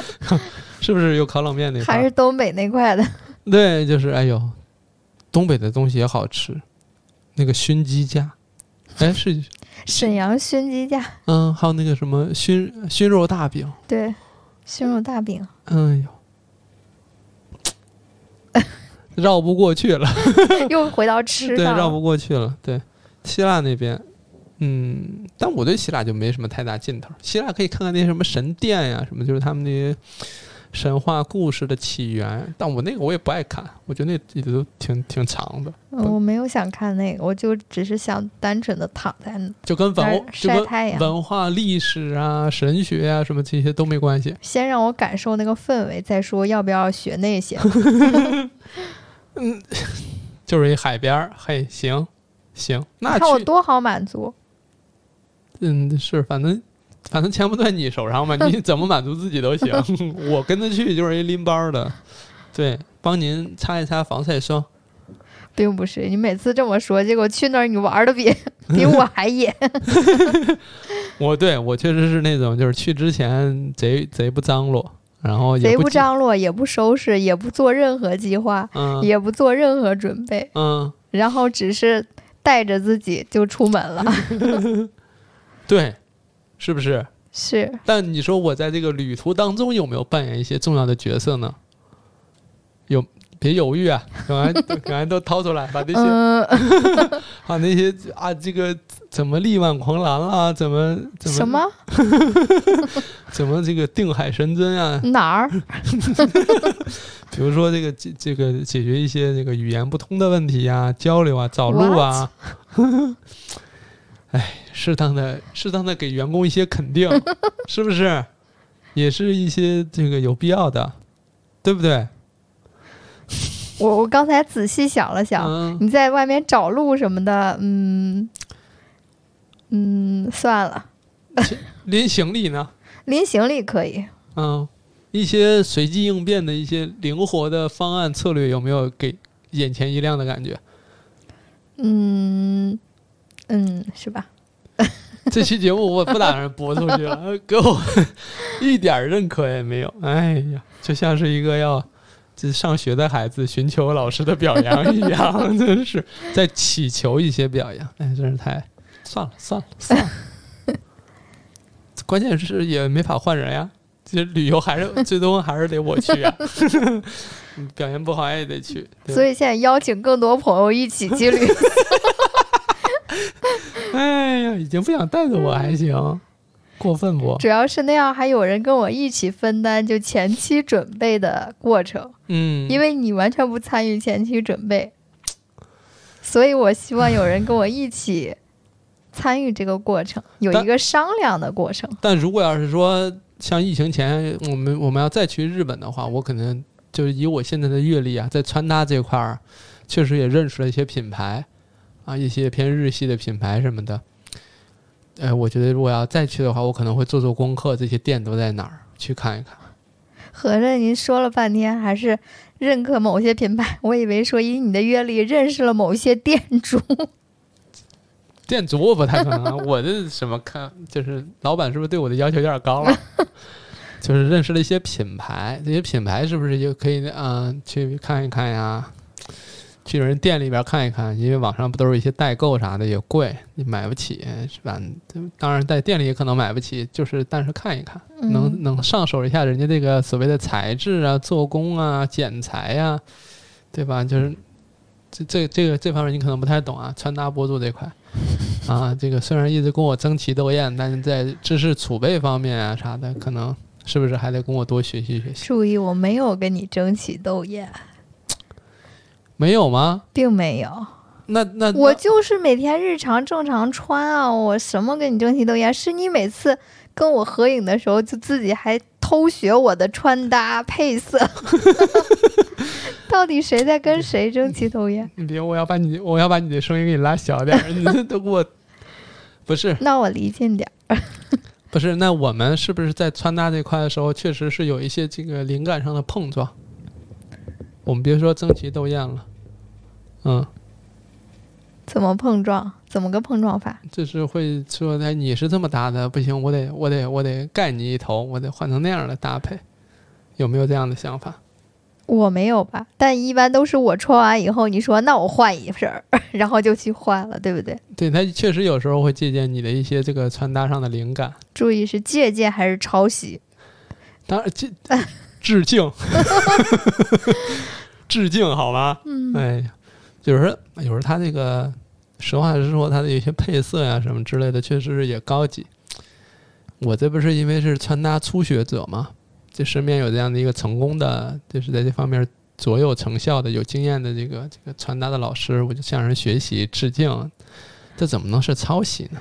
[SPEAKER 1] 是不是有烤冷面那块儿？
[SPEAKER 2] 还是东北那 块的。
[SPEAKER 1] 对，就是哎呦，东北的东西也好吃，那个熏鸡架，哎是
[SPEAKER 2] 沈阳熏鸡架，
[SPEAKER 1] 嗯，还有那个什么熏熏肉大饼，
[SPEAKER 2] 对，熏肉大 饼。
[SPEAKER 1] 哎呦，绕不过去了，
[SPEAKER 2] 又回到吃
[SPEAKER 1] 对，绕
[SPEAKER 2] 的，
[SPEAKER 1] 不过去了，对，希腊那边。嗯，但我对希腊就没什么太大劲头。希腊可以看看那些什么神殿呀，什么就是他们那些神话故事的起源。但我那个我也不爱看，我觉得那也都挺挺长的，
[SPEAKER 2] 嗯我没有想看那个，我就只是想单纯的躺在那
[SPEAKER 1] 就跟
[SPEAKER 2] 儿
[SPEAKER 1] 文就
[SPEAKER 2] 晒
[SPEAKER 1] 跟
[SPEAKER 2] 太阳，
[SPEAKER 1] 文化、历史啊、神学啊，什么这些都没关系。
[SPEAKER 2] 先让我感受那个氛围，再说要不要学那些。
[SPEAKER 1] 就是一海边儿，嘿，行行， 那
[SPEAKER 2] 你看我
[SPEAKER 1] 去，
[SPEAKER 2] 多好满足，
[SPEAKER 1] 嗯，是，反正反正钱不在你手 上嘛，你怎么满足自己都行。 我跟他去就是一拎包儿的，对，帮您擦一擦防晒霜。
[SPEAKER 2] 并不是你每次这么说，结果去那儿你玩的比 比我还野。
[SPEAKER 1] 我对我确实是那种，就是去之前贼贼不张罗，然后也
[SPEAKER 2] 贼不
[SPEAKER 1] 不计，
[SPEAKER 2] 张罗，也不收拾，也不做任何计划，
[SPEAKER 1] 嗯
[SPEAKER 2] 也不做任何准备，
[SPEAKER 1] 嗯，
[SPEAKER 2] 然后只是带着自己就出门了。
[SPEAKER 1] 嗯对，是不是？
[SPEAKER 2] 是
[SPEAKER 1] 但你说我在这个旅途当中有没有扮演一些重要的角色呢？有，别犹豫啊， 赶快赶快都掏出来，把那些、
[SPEAKER 2] 嗯，
[SPEAKER 1] 把那些啊，这个怎么力挽狂澜啦、怎么怎么
[SPEAKER 2] 什么
[SPEAKER 1] 怎么这个定海神针啊？
[SPEAKER 2] 哪儿？
[SPEAKER 1] 比如说这个这这个解决一些这个语言不通的问题呀、交流啊、找路啊。 哎，适当的适当的给员工一些肯 定，是不是？也是一些这个有必要的，对不对？
[SPEAKER 2] 我我刚才仔细想了想，
[SPEAKER 1] 嗯，
[SPEAKER 2] 你在外面找路什么的，嗯嗯，算了，
[SPEAKER 1] 拎行李呢？
[SPEAKER 2] 拎行李可以。
[SPEAKER 1] 嗯，一些随机应变的一些灵活的方案策略，有没有给眼前一亮的感觉？
[SPEAKER 2] 嗯嗯，是吧？
[SPEAKER 1] 这期节目我不打算播出去了， 给我一点儿认可也没有。哎呀，就像是一个要这上学的孩子寻求老师的表扬一样， 真是在祈求一些表扬。哎，真是太算了算了算了。关键是也没法换人呀，这旅游还是最终还是得我去呀。 你表现不好也得去，对吧
[SPEAKER 2] 所以现在邀请更多朋友一 起去旅
[SPEAKER 1] 哎呀，已经不想带着我还行，过分不？
[SPEAKER 2] 主要是那样还有人跟我一起分担，就前期准备的过程，
[SPEAKER 1] 嗯，
[SPEAKER 2] 因为你完全不参与前期准备，所以我希望有人跟我一起参与这个过程，有
[SPEAKER 1] 但
[SPEAKER 2] 一个商量的过程。
[SPEAKER 1] 但如果要是说像疫情前我们我们要再去日本的话，我可能就是以我现在的阅历啊，在穿搭这块儿，确实也认识了一些品牌啊，一些偏日系的品牌什么的。哎，我觉得如果要再去的话，我可能会做做功课，这些店都在哪儿，去看一看。
[SPEAKER 2] 合着您说了半天还是认可某些品牌，我以为说以你的阅历认识了某一些店主。
[SPEAKER 1] 店主我不太可能啊，我这什么看就是老板是不是对我的要求有点高了？ 就是认识了一些品牌，这些品牌是不是也可以啊、呃去看一看呀？去人店里边看一看，因为网上不都是一些代购啥的也贵，你买不起是吧？当然在店里也可能买不起，就是但是看一看，能
[SPEAKER 2] 嗯
[SPEAKER 1] 能上手一下人家这个所谓的材质啊、做工啊、剪裁呀、对吧？就是这这这个这方面你可能不太懂啊，穿搭博主这块啊，这个虽然一直跟我争奇斗艳，但是在知识储备方面啊啥的，可能是不是还得跟我多学习学习？
[SPEAKER 2] 注意，我没有跟你争奇斗艳，
[SPEAKER 1] 没有吗？
[SPEAKER 2] 并没有，
[SPEAKER 1] 那那
[SPEAKER 2] 我
[SPEAKER 1] 那
[SPEAKER 2] 就是每天日常正常穿啊，我什么跟你争奇斗艳？是你每次跟我合影的时候，就自己还偷学我的穿搭 配色， 到底谁在
[SPEAKER 1] 嗯
[SPEAKER 2] 跟谁争奇斗艳？
[SPEAKER 1] 你别，我要把你我要把你的声音给你拉小点儿，你这都给我不是
[SPEAKER 2] 那我离近点儿，
[SPEAKER 1] 不是，那我们是不是在穿搭这块的时候，确实是有一些这个灵感上的碰撞？我们别说争奇斗艳了，嗯，
[SPEAKER 2] 怎么碰撞？怎么个碰撞法？
[SPEAKER 1] 就是会说，哎，你是这么搭的，不行，我得我得我得盖你一头，我得换成那样的搭配，有没有这样的想法？
[SPEAKER 2] 我没有吧，但一般都是我穿完以后，你说那我换一身儿， 然后就去换了，对不对？
[SPEAKER 1] 对他确实有时候会借鉴你的一些这个穿搭上的灵感，
[SPEAKER 2] 注意是借鉴还是抄袭？
[SPEAKER 1] 当然这 致敬， 致敬好吗？
[SPEAKER 2] 嗯
[SPEAKER 1] 哎呀，有时候有时候他这个，实话实说，他的有些配色呀、什么之类的，确实是也高级。我这不是因为是穿搭初学者嘛，就身边有这样的一个成功的，就是在这方面卓有成效的、有经验的这个这个穿搭的老师，我就向人学习致敬，这怎么能是抄袭呢？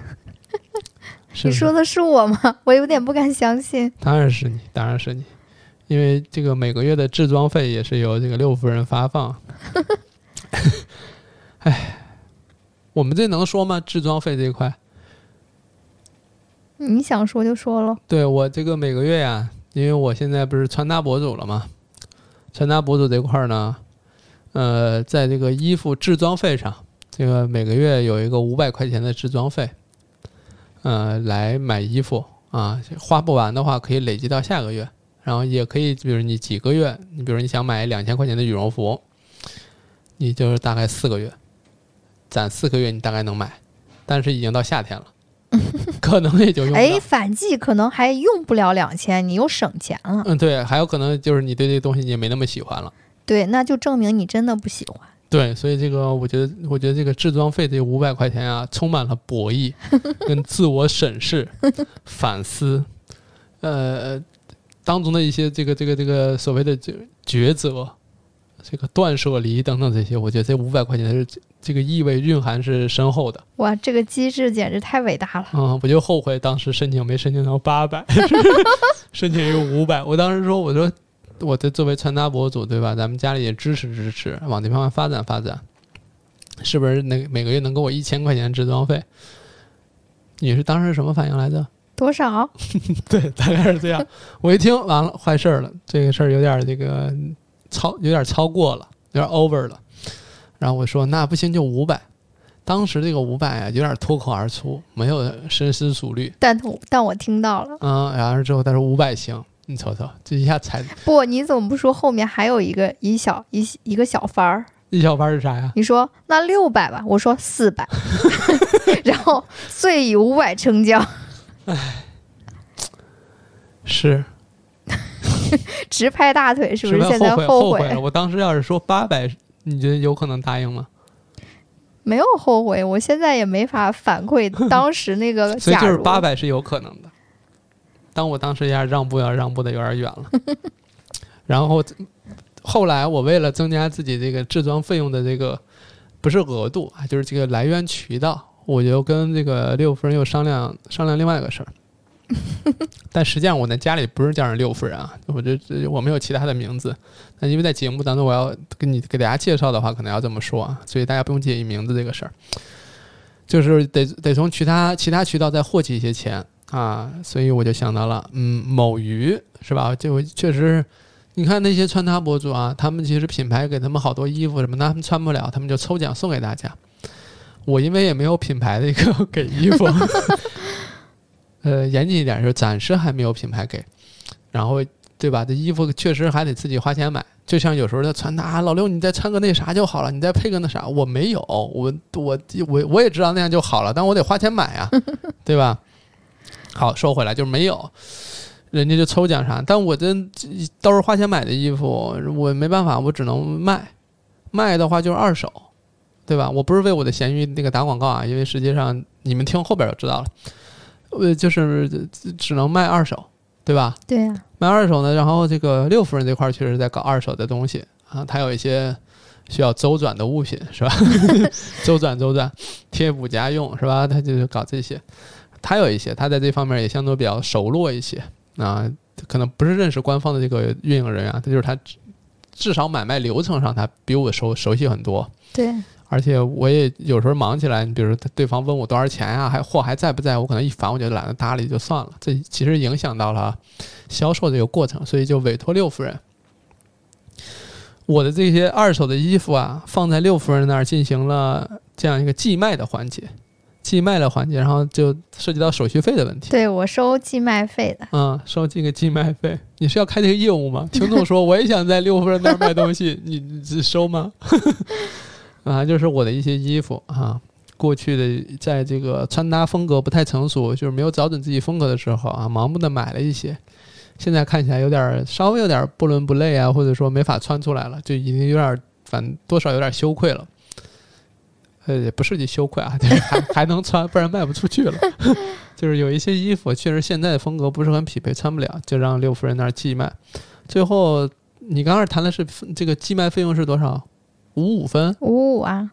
[SPEAKER 1] 是不
[SPEAKER 2] 你
[SPEAKER 1] 是
[SPEAKER 2] 说的是我吗？ 我有点不敢相信。
[SPEAKER 1] 当然是你，当然是你，因为这个每个月的置装费也是由这个六夫人发放。我们这能说吗？置装费这一块，
[SPEAKER 2] 你想说就说了。
[SPEAKER 1] 对我这个每个月呀、因为我现在不是穿搭博主了嘛，穿搭博主这块儿呢，呃，在这个衣服置装费上，这个每个月有一个五百块钱的置装费，呃，来买衣服啊，花不完的话可以累积到下个月，然后也可以，比如你几个月，你比如你想买两千块钱的羽绒服，你就是大概四个月，攒四个月你大概能买，但是已经到夏天了， 可能也就用不到
[SPEAKER 2] 哎，。反季可能还用不了两千，你又省钱了。
[SPEAKER 1] 嗯，对，还有可能就是你对这个东西你也没那么喜欢了。
[SPEAKER 2] 对，那就证明你真的不喜欢。
[SPEAKER 1] 对，所以这个我觉得，我觉得这个置装费这五百块钱啊，充满了博弈，跟自我审视、反思，呃，当中的一些这个这个这个所谓的这抉择、这个断舍离等等这些，我觉得这五百块钱是这个意味蕴含是深厚的。
[SPEAKER 2] 哇，这个机制简直太伟大了。
[SPEAKER 1] 嗯，我就后悔当时申请没申请到八 百，申请一个五百。我当时说，我说我这作为穿搭博主，对吧？咱们家里也支持支持，往这方面发展发展，是不是能每个月能给我一千块钱置装费？你是当时什么反应来着？
[SPEAKER 2] 多少？
[SPEAKER 1] 对，大概是这样。 我一听，完了，坏事儿了，这个事儿有点儿这个超，有点儿超过了，有点儿 over 了。然后我说，那不行，就五百。当时这个五百啊，有点儿脱口而出，没有深思熟虑。
[SPEAKER 2] 但我但我听到了。
[SPEAKER 1] 嗯，然后之后他说五百行，你瞅瞅，这一下踩
[SPEAKER 2] 不，你怎么不说后面还有一个一小一一个小番儿？
[SPEAKER 1] 一小半是啥呀？
[SPEAKER 2] 你说那六百吧，我说 四百， 然后遂以五百成交，
[SPEAKER 1] 是
[SPEAKER 2] 直拍大腿，是不是？
[SPEAKER 1] 吧
[SPEAKER 2] 现在
[SPEAKER 1] 后悔
[SPEAKER 2] 后
[SPEAKER 1] 悔了？我当时要是说八百，你觉得有可能答应吗？
[SPEAKER 2] 没有后悔，我现在也没法反馈当时那 个
[SPEAKER 1] 所以
[SPEAKER 2] 假
[SPEAKER 1] 就是
[SPEAKER 2] 如。
[SPEAKER 1] 八百是有可能的。但我当时一下让步要让步的有点远了，然后后来我为了增加自己这个置装费用的这个不是额度啊，就是这个来源渠道，我就跟这个六夫人又商量商量另外一个 事儿。但实际上我在家里不是叫人六夫人啊，我这这我没有其他的名字。那因为在节目当中我要跟你给大家介绍的话，可能要这么说啊，所以大家不用介意名字这个事儿。就是得得从其他其他渠道再获取一些钱啊，所以我就想到了，嗯，某鱼是吧？就确实，你看那些穿搭博主啊，他们其实品牌给他们好多衣服什么，那他们穿不了，他们就抽奖送给大家。我因为也没有品牌的一个 给衣服，呃，严谨一点就是暂时还没有品牌给，然后对吧？这衣服确实还得自己花钱买。就像有时候他穿搭、啊，老六你再穿个那啥就好了，你再配个那啥，我没有，我我我我也知道那样就好了，但我得花钱买啊，对吧？好，说回来就是没有，人家就抽奖啥，但我这都是花钱买的衣服，我没办法，我只能卖，卖的话就是二手，对吧？我不是为我的闲鱼那个打广告啊，因为实际上你们听后边就知道了，呃，就是只只能卖二手，对吧？
[SPEAKER 2] 对啊呀、
[SPEAKER 1] 卖二手呢，然后这个六夫人这块儿确实在搞二手的东西啊，她有一些需要周转的物品是吧？周转周转，贴补家用是吧？她就是搞这些，她有一些，她在这方面也相对比较熟络一些啊，可能不是认识官方的这个运营人啊，这就是她至至少买卖流程上她比我熟熟悉很多，
[SPEAKER 2] 对，
[SPEAKER 1] 而且我也有时候忙起来，你比如说对方问我多少钱呀、啊还货还在不在，我可能一烦我就懒得搭理就算了。这其实影响到了销售这个过程，所以就委托六夫人。我的这些二手的衣服啊，放在六夫人那儿进行了这样一个寄卖的环节，寄卖的环节，然后就涉及到手续费的问题。
[SPEAKER 2] 对我收寄卖费的。
[SPEAKER 1] 嗯，收这个寄卖费，你是要开这个业务吗？听众说我也想在六夫人那儿卖东西，你你只收吗？ 啊，就是我的一些衣服啊，过去的在这个穿搭风格不太成熟，就是没有找准自己风格的时候啊，盲目的买了一些，现在看起来有点儿稍微有点儿不伦不类啊，或者说没法穿出来了，就已经有点儿反正多少有点儿羞愧了。呃，也不涉及羞愧啊， 就是还还能穿，不然卖不出去了。就是有一些衣服确实现在风格不是很匹配，穿不了，就让六夫人那儿寄卖。最后你刚开始谈的是这个寄卖费用是多少？五五分，
[SPEAKER 2] 五五啊，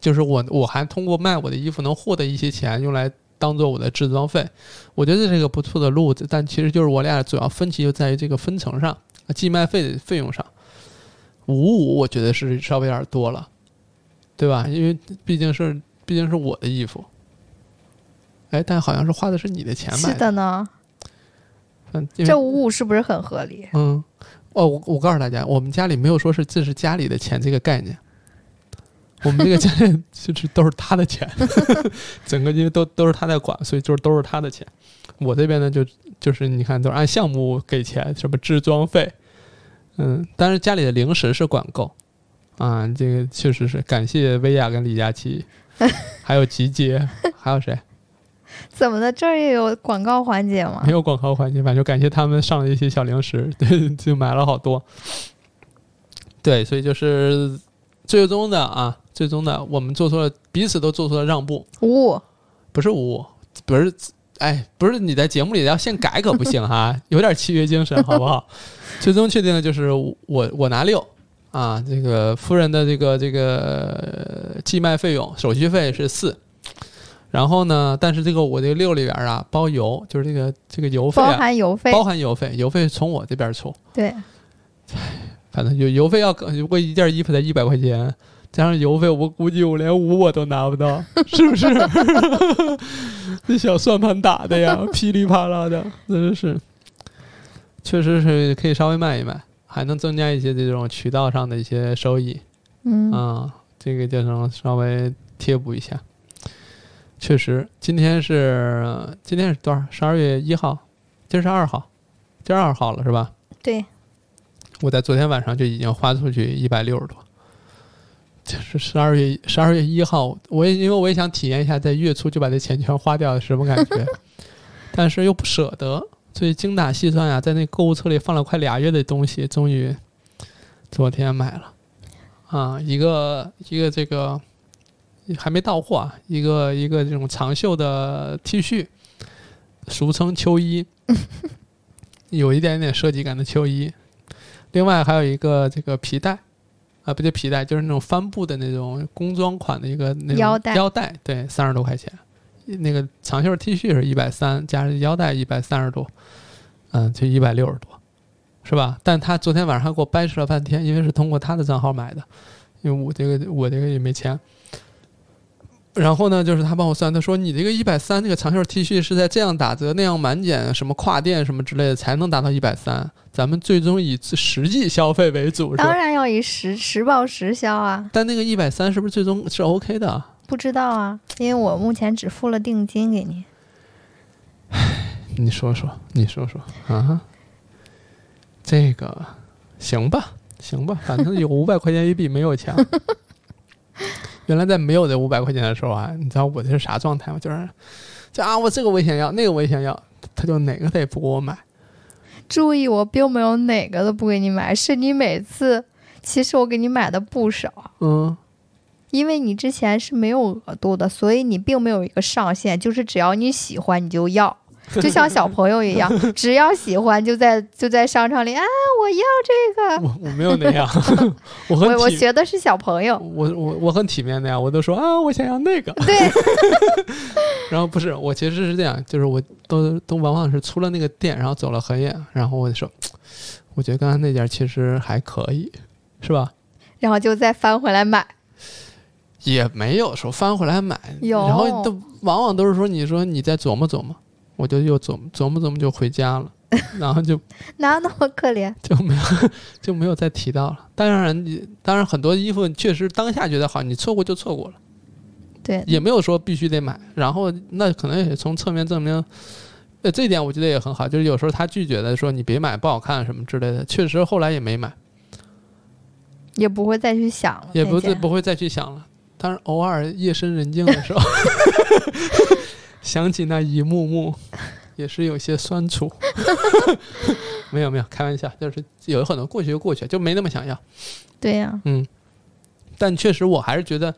[SPEAKER 1] 就是我我还通过卖我的衣服能获得一些钱，用来当做我的置装费。我觉得这是一个不错的路子，但其实就是我俩主要分歧就在于这个分成上，啊寄卖费的费用上，五五我觉得是稍微有点多了。对吧？因为毕竟是毕竟是我的衣服。哎，但好像是花的是你的钱买
[SPEAKER 2] 是的呢，
[SPEAKER 1] 嗯，因
[SPEAKER 2] 这
[SPEAKER 1] 为
[SPEAKER 2] 五五是不是很合理？
[SPEAKER 1] 嗯，哦，我我告诉大家，我们家里没有说是这是家里的钱这个概念，我们这个家里 就是都是他的钱， 整个因为都都是他在管，所以就是都是他的钱。我这边呢，就就是你看，都是按项目给钱，什么置装费，嗯，但是家里的零食是管够啊，这个确实是感谢薇娅跟李佳琦， 还有吉杰，还有谁？
[SPEAKER 2] 怎么的？这儿也有广告环节吗
[SPEAKER 1] 没？有广告环节，反正感谢他们上了一些小零食， 对，就买了好多。对，所以就是最终的啊，最终的我们做出了彼此都做出了让步，
[SPEAKER 2] 五五，
[SPEAKER 1] 不是无，不是，哎，不是你在节目里要现改可不行哈， 有点契约精神好不好？最终确定的就是我我拿六啊，这个夫人的这个这个呃寄卖费用手续费是四。然后呢？但是这个我这个六里边啊，包邮，就是这个这个邮费
[SPEAKER 2] 包
[SPEAKER 1] 啊，
[SPEAKER 2] 含邮费，
[SPEAKER 1] 包含邮费，邮费从我这边出，
[SPEAKER 2] 对，
[SPEAKER 1] 反正就邮费要如果一件衣服才一百块钱，加上邮费，我估计我连五我都拿不到， 是不是？这小算盘打的呀， 噼里啪啦的，真是，确实是可以稍微卖一卖，还能增加一些这种渠道上的一些收益
[SPEAKER 2] 嗯，
[SPEAKER 1] 啊、这个就能稍微贴补一下。确实，今天是今天是多少？十二月一号，今儿是二号，今儿二号了是吧？
[SPEAKER 2] 对，
[SPEAKER 1] 我在昨天晚上就已经花出去一百六十多，就是十二月十二月一号，我也因为我也想体验一下在月初就把这钱全花掉是什么感觉， 但是又不舍得，所以精打细算呀、在那购物车里放了快俩月的东西，终于昨天买了啊，一个一个这个还没到货啊，一个一个这种长袖的 T 恤，俗称秋 衣，有一点点设计感的秋衣。另外还有一个这个皮带，啊，不对，皮带就是那种帆布的那种工装款的一个那种
[SPEAKER 2] 腰带
[SPEAKER 1] 腰带对，三十多块钱。那个长袖 T 恤是一百三，加上腰带一百三十多，嗯，就一百六十多，是吧？但他昨天晚上还给我掰扯了半天，因为是通过他的账号买的，因为我这个我这个也没钱。然后呢，就是他帮我算，他说你这个一百三，这个长袖 T 恤是在这样打折、那样满减、什么跨店什么之类的，才能达到一百三。咱们最终以实际消费为主，是
[SPEAKER 2] 当
[SPEAKER 1] 吧？
[SPEAKER 2] 然要以实实报实销啊，
[SPEAKER 1] 但那个一百三是不是最终是 OK 的啊？
[SPEAKER 2] 不知道啊，因为我目前只付了定金给你，
[SPEAKER 1] 你说说，你说说啊，这个行吧，行吧，反 正有五百块钱一币没有钱。原来在没有这五百块钱的时候啊，你知道我这是啥状态吗？就是，就啊，我这个我也想要，那个我也想要，他就哪个他也不给我买。
[SPEAKER 2] 注意我并没有哪个都不给你买，是你每次其实我给你买的不少。
[SPEAKER 1] 嗯，
[SPEAKER 2] 因为你之前是没有额度的，所以你并没有一个上限，就是只要你喜欢你 就要，就像小朋友一样，只要喜欢就在就在商场里啊，我要这个。
[SPEAKER 1] 我我没有那样， 我很
[SPEAKER 2] 我我
[SPEAKER 1] 体
[SPEAKER 2] 学的是小朋友，
[SPEAKER 1] 我我我很体面的呀，我都说啊，我想要那个。
[SPEAKER 2] 对，
[SPEAKER 1] 然后不是，我其实是这样，就是我都都往往是出了那个店，然后走了很远，然后我就说，我觉得刚刚那家其实还可以，是吧？
[SPEAKER 2] 然后就再翻回来买。
[SPEAKER 1] 也没有说翻回来买，
[SPEAKER 2] 有
[SPEAKER 1] 然后都往往都是说你说你再琢磨琢磨，我就又琢磨琢磨琢磨就回家 了，然后就
[SPEAKER 2] 哪有那么可怜？
[SPEAKER 1] 就没有就没有再提到了。当然你，当然很多衣服确实当下觉得好，你错过就错过了。
[SPEAKER 2] 对，
[SPEAKER 1] 也没有说必须得买。然后那可能也从侧面证明，呃，这一点我觉得也很好，就是有时候他拒绝的说你别买不好看什么之类的，确实后来也没买，
[SPEAKER 2] 也不会再去想了。
[SPEAKER 1] 也不
[SPEAKER 2] 再
[SPEAKER 1] 是
[SPEAKER 2] 见
[SPEAKER 1] 不会再去想了。当然，偶尔夜深人静的时候，想起那一幕幕，也是有些酸楚。 没有没有，开玩笑，就是有很多过去就过去，就没那么想要。
[SPEAKER 2] 对呀、
[SPEAKER 1] 嗯，但确实我还是觉得，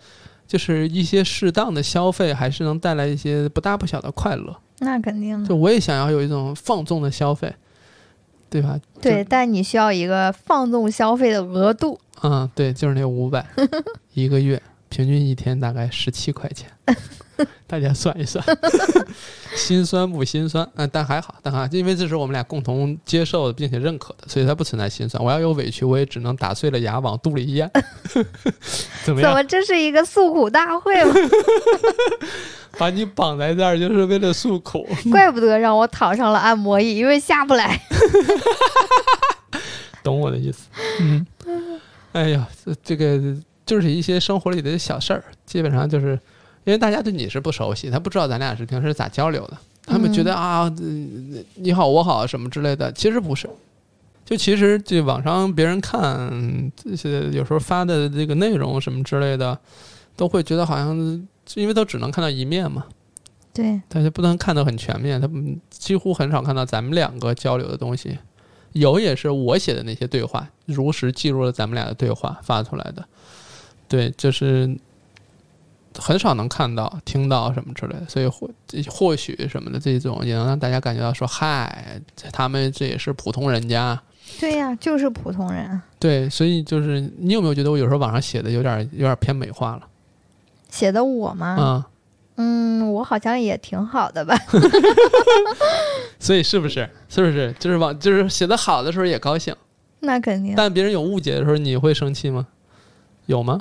[SPEAKER 1] 就是一些适当的消费还是能带来一些不大不小的快乐。
[SPEAKER 2] 那肯定的
[SPEAKER 1] 就。我也想要有一种放纵的消费，对吧？
[SPEAKER 2] 对，但你需要一个放纵消费的额度。
[SPEAKER 1] 嗯，对，就是那五百一个月，平均一天大概十七块钱，大家算 一算，心酸不心酸？嗯，但还好，但还好，因为这是我们俩共同接受并且认可的，所以它不存在心酸。我要有委屈，我也只能打碎了牙往肚里咽。 怎么
[SPEAKER 2] 怎
[SPEAKER 1] 样？
[SPEAKER 2] 么这是一个诉苦大会吗？
[SPEAKER 1] 把你绑在这儿就是为了诉苦。
[SPEAKER 2] 怪不得让我躺上了按摩椅，因为下 不来。
[SPEAKER 1] 懂我的意思。嗯，哎呀，这这个就是一些生活里的小事儿，基本上就是因为大家对你是不熟悉，他不知道咱俩是平时咋交流的，他们觉得、啊，呃你好我好什么之类的，其实不是。就其实这网上别人看这些有时候发的这个内容什么之类的，都会觉得好像因为都只能看到一面嘛，
[SPEAKER 2] 对，
[SPEAKER 1] 但是不能看得很全面，他们几乎很少看到咱们两个交流的东西。有也是我写的那些对话，如实记录了咱们俩的对话发出来的。对，就是很少能看到、听到什么之类的，所以或或许什么的这种也能让大家感觉到说，嗨，他们这也是普通人家。
[SPEAKER 2] 对呀、就是普通人，啊
[SPEAKER 1] 对，所以就是你有没有觉得我有时候网上写的有点有点偏美化了
[SPEAKER 2] 写的我吗？
[SPEAKER 1] 啊、
[SPEAKER 2] 嗯，我好像也挺好的吧。
[SPEAKER 1] 所以是不是是不是就是往就是写的好的时候也高兴。
[SPEAKER 2] 那肯定
[SPEAKER 1] 但别人有误解的时候，你会生气吗？有吗？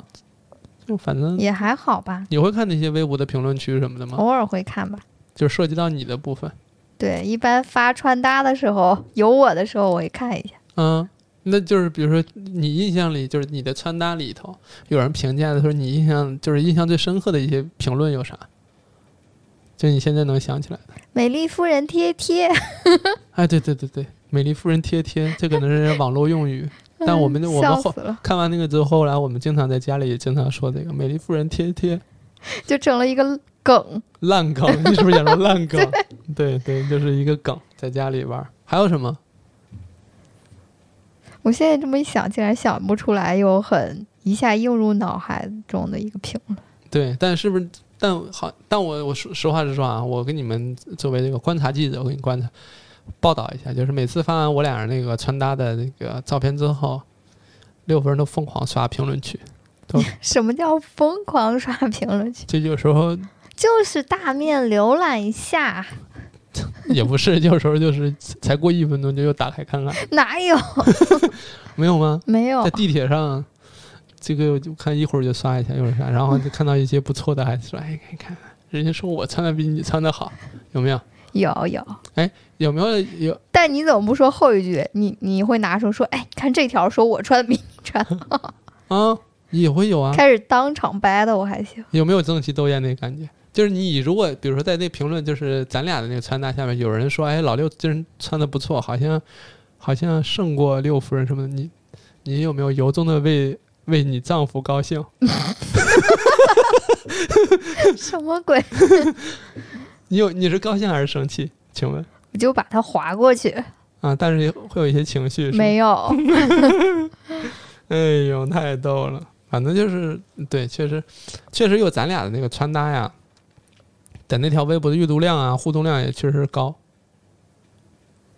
[SPEAKER 1] 就反正
[SPEAKER 2] 也哦还好吧，
[SPEAKER 1] 你会看那些微博的评论区什么的吗？
[SPEAKER 2] 偶尔会看吧。
[SPEAKER 1] 就涉及到你的部分，
[SPEAKER 2] 对，一般发穿搭的时候，有我的时候我会看一下。
[SPEAKER 1] 嗯，那就是比如说你印象里，就是你的穿搭里头，有人评价的时候，你印象就是印象最深刻的一些评论有啥？就你现在能想起来的？
[SPEAKER 2] 美丽夫人贴贴，
[SPEAKER 1] 哎，对对对对，美丽夫人贴贴，这可能是网络用 语。但我们我们
[SPEAKER 2] 嗯笑
[SPEAKER 1] 后
[SPEAKER 2] 死了，
[SPEAKER 1] 看完那个之后，后来我们经常在家里也经常说这个美丽夫人贴贴。
[SPEAKER 2] 就成了一个梗。
[SPEAKER 1] 烂梗， 你是不是想说烂梗？对对，就是一个梗，在家里玩儿。还有什么？
[SPEAKER 2] 我现在这么一想，竟然想不出来有很一下映入脑海中的一个评论。
[SPEAKER 1] 对，但是不是？但好，但我我说实话实说啊，我跟你们作为这个观察记者，我给你观察报道一下，就是每次发完我俩那个穿搭的那个照片之后，六分都疯狂刷评论区，
[SPEAKER 2] 什么叫疯狂刷评论区？
[SPEAKER 1] 就有时候
[SPEAKER 2] 就是大面浏览一下，
[SPEAKER 1] 也不是， 有时候就是才过一分钟就又打开看看，
[SPEAKER 2] 哪有？
[SPEAKER 1] 没有吗？
[SPEAKER 2] 没有
[SPEAKER 1] 在，地铁上，这个我就看一会儿就刷一下，一会儿刷，然后就看到一些不错的，还说哎，看看，人家说我穿的比你穿的好，有没有？
[SPEAKER 2] 有有。
[SPEAKER 1] 有没有有？
[SPEAKER 2] 但你怎么不说后一句？你你会拿出说，哎，你看这条，说我穿的比你穿的好，
[SPEAKER 1] 啊，也会有啊。
[SPEAKER 2] 开始当场 battle 还行。
[SPEAKER 1] 有没有争奇斗艳那感觉？就是你如果比如说在那评论，就是咱俩的那个穿搭下面，有人说哎，老六今儿穿的不错，好像好像胜过六夫人什么的，你你有没有由衷的为为你丈夫高兴？
[SPEAKER 2] 什么鬼？
[SPEAKER 1] 你有你是高兴还是生气？请问
[SPEAKER 2] 我就把它划过去，
[SPEAKER 1] 啊，但是也会有一些情绪，是吗
[SPEAKER 2] 没有。
[SPEAKER 1] 哎呦，太逗了！反正就是对，确实，确实有咱俩的那个穿搭呀，在那条微博的阅读量啊、互动量也确实高。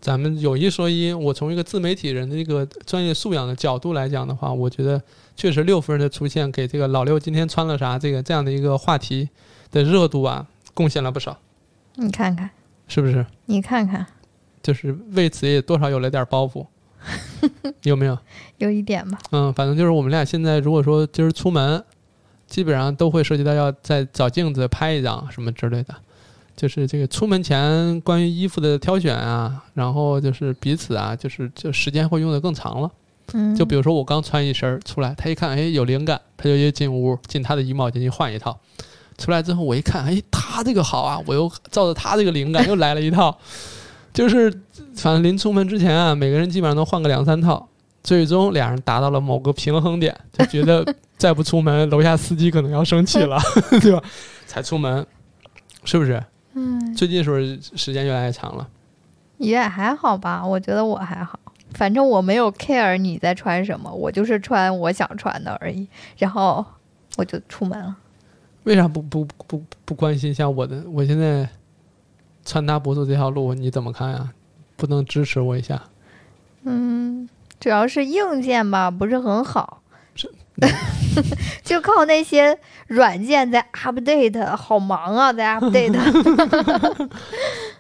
[SPEAKER 1] 咱们有一说一，我从一个自媒体人的一个专业素养的角度来讲的话，我觉得确实六夫人的出现给这个老六今天穿了啥这个这样的一个话题的热度啊，贡献了不少，
[SPEAKER 2] 你看看，
[SPEAKER 1] 是不是？
[SPEAKER 2] 你看看，
[SPEAKER 1] 就是为此也多少有了点包袱，有没有？
[SPEAKER 2] 有一点吧。
[SPEAKER 1] 嗯，反正就是我们俩现在如果说今儿出门，基本上都会涉及到要再找镜子拍一张什么之类的，就是这个出门前关于衣服的挑选啊，然后就是彼此啊，就是就时间会用的更长了。
[SPEAKER 2] 嗯，
[SPEAKER 1] 就比如说我刚穿一身儿出来，他一看，哎，有灵感，他就又进屋进他的衣帽间去换一套。出来之后我一看，哎，他这个好啊，我又照着他这个灵感又来了一套。就是反正临出门之前啊，每个人基本上能换个两三套，最终俩人达到了某个平衡点，就觉得再不出门，楼下司机可能要生气了， 对吧？才出门，是不是？
[SPEAKER 2] 嗯，
[SPEAKER 1] 最近是不是时间越来越长了？
[SPEAKER 2] 也还好吧，我觉得我还好。反正我没有 care 你在穿什么，我就是穿我想穿的而已。然后我就出门了。
[SPEAKER 1] 为啥不不不不关心一下我的？我现在穿搭博主这条路你怎么看呀？不能支持我一下？
[SPEAKER 2] 嗯，主要是硬件吧，不是很好。就靠那些软件在 update，好忙啊，在 update。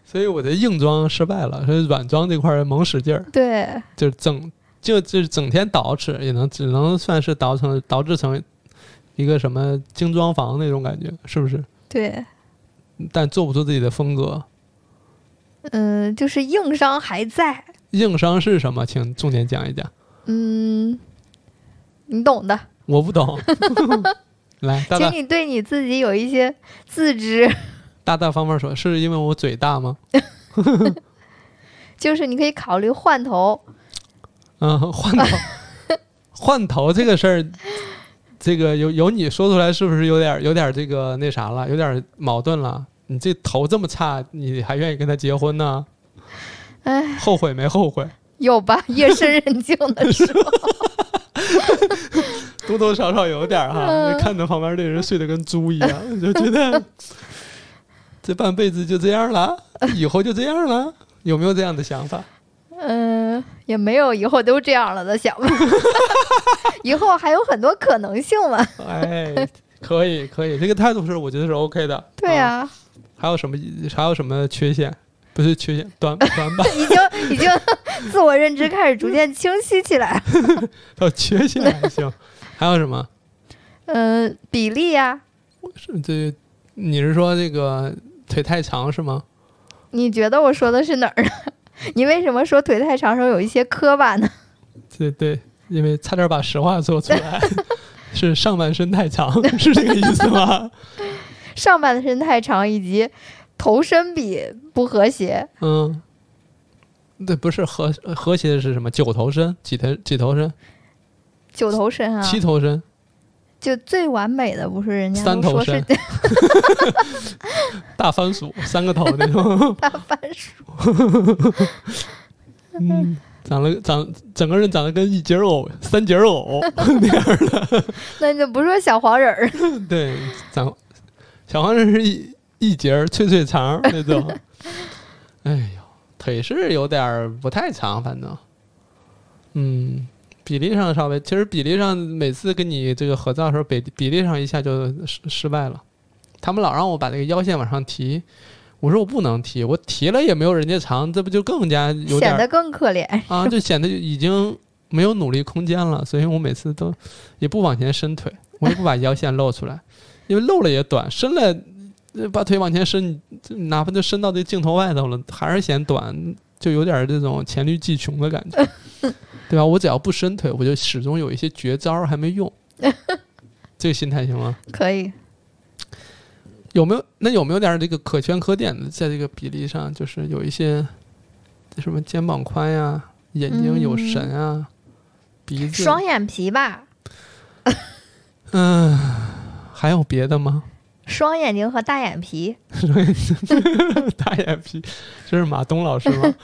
[SPEAKER 1] 所以我的硬装失败了，所以软装这块儿猛使劲儿，
[SPEAKER 2] 对，
[SPEAKER 1] 就是整就就是整天捯饬，也能只能算是捯成捯饬成一个什么精装房那种感觉，是不是？
[SPEAKER 2] 对，
[SPEAKER 1] 但做不出自己的风格。
[SPEAKER 2] 嗯，就是硬伤还在，
[SPEAKER 1] 硬伤是什么？请重点讲一讲，
[SPEAKER 2] 嗯，你懂的。
[SPEAKER 1] 我不懂。 来，大
[SPEAKER 2] 请
[SPEAKER 1] 大
[SPEAKER 2] 你对你自己有一些自知，
[SPEAKER 1] 大大方方说，是因为我嘴大吗？
[SPEAKER 2] 就是你可以考虑换头。
[SPEAKER 1] 嗯，换 头，换头这个事儿，这个由由你说出来，是不是有点有点这个那啥了，有点矛盾了？你这头这么差，你还愿意跟他结婚呢？
[SPEAKER 2] 哎，
[SPEAKER 1] 后悔没后悔？
[SPEAKER 2] 有吧？夜深人静的时 候，
[SPEAKER 1] 多多少少有点儿哈，
[SPEAKER 2] 嗯
[SPEAKER 1] 就看着旁边这人睡得跟猪一样，就觉 得这半辈子就这样了，以后就这样了，有没有这样的想法？
[SPEAKER 2] 嗯，也没有以后都这样了的想 法。以后还有很多可能性嘛。
[SPEAKER 1] 哎，可以可以，这个态度是我觉得是 OK 的。
[SPEAKER 2] 对
[SPEAKER 1] 啊，
[SPEAKER 2] 呀、
[SPEAKER 1] 还有什么还有什么缺陷？不是缺陷，短 短板
[SPEAKER 2] 已经已经自我认知开始逐渐清晰起来了。
[SPEAKER 1] 到缺陷还行。还有什么？
[SPEAKER 2] 嗯，比例呀、
[SPEAKER 1] 是这你是说这个腿太长是吗？
[SPEAKER 2] 你觉得我说的是哪 儿啊？你为什么说腿太长时候有一些磕巴呢？
[SPEAKER 1] 对对，因为差点把实话说出来， 是上半身太长，是这个意思吗？
[SPEAKER 2] 上半身太长以及头身比不和谐，
[SPEAKER 1] 嗯，对，不是和和谐的是什么？九头身、几头几头身、
[SPEAKER 2] 九头身啊，
[SPEAKER 1] 七头身、
[SPEAKER 2] 就最完美的不是人家
[SPEAKER 1] 三
[SPEAKER 2] 都
[SPEAKER 1] 头
[SPEAKER 2] 说是
[SPEAKER 1] 身大番薯，三个头那种。
[SPEAKER 2] 大番薯，
[SPEAKER 1] 嗯，长了长整个人长得跟一节藕、三节藕那样儿
[SPEAKER 2] 那就不是小黄人儿。
[SPEAKER 1] 的。 对，长小黄人是一一节儿脆脆肠儿那种。哎呦，腿是有点儿不太长，反正，嗯。比例上稍微，其实比例上每次跟你这个合照的时候，比比例上一下就失失败了。他们老让我把这个腰线往上提，我说我不能提，我提了也没有人家长，这不就更加有点
[SPEAKER 2] 显
[SPEAKER 1] 儿
[SPEAKER 2] 得更可怜。
[SPEAKER 1] 啊，就显得已经没有努力空间了，所以我每次都也不往前伸腿，我也不把腰线露出来，因为露了也短，伸了呃把腿往前伸，你这哪怕就伸到这镜头外头了，还是显短，就有点这种黔驴技穷的感觉，对吧？我只要不伸腿，我就始终有一些绝招还没用，这个心态行吗？
[SPEAKER 2] 可以，
[SPEAKER 1] 有没有那有没有点儿这个可圈可点的，在这个比例上，就是有一些什么肩膀宽呀、眼睛有神啊、鼻子
[SPEAKER 2] 嗯双眼皮吧，
[SPEAKER 1] 嗯、还有别的吗？
[SPEAKER 2] 双眼睛和大眼皮，
[SPEAKER 1] 大眼皮，这是马东老师 吗？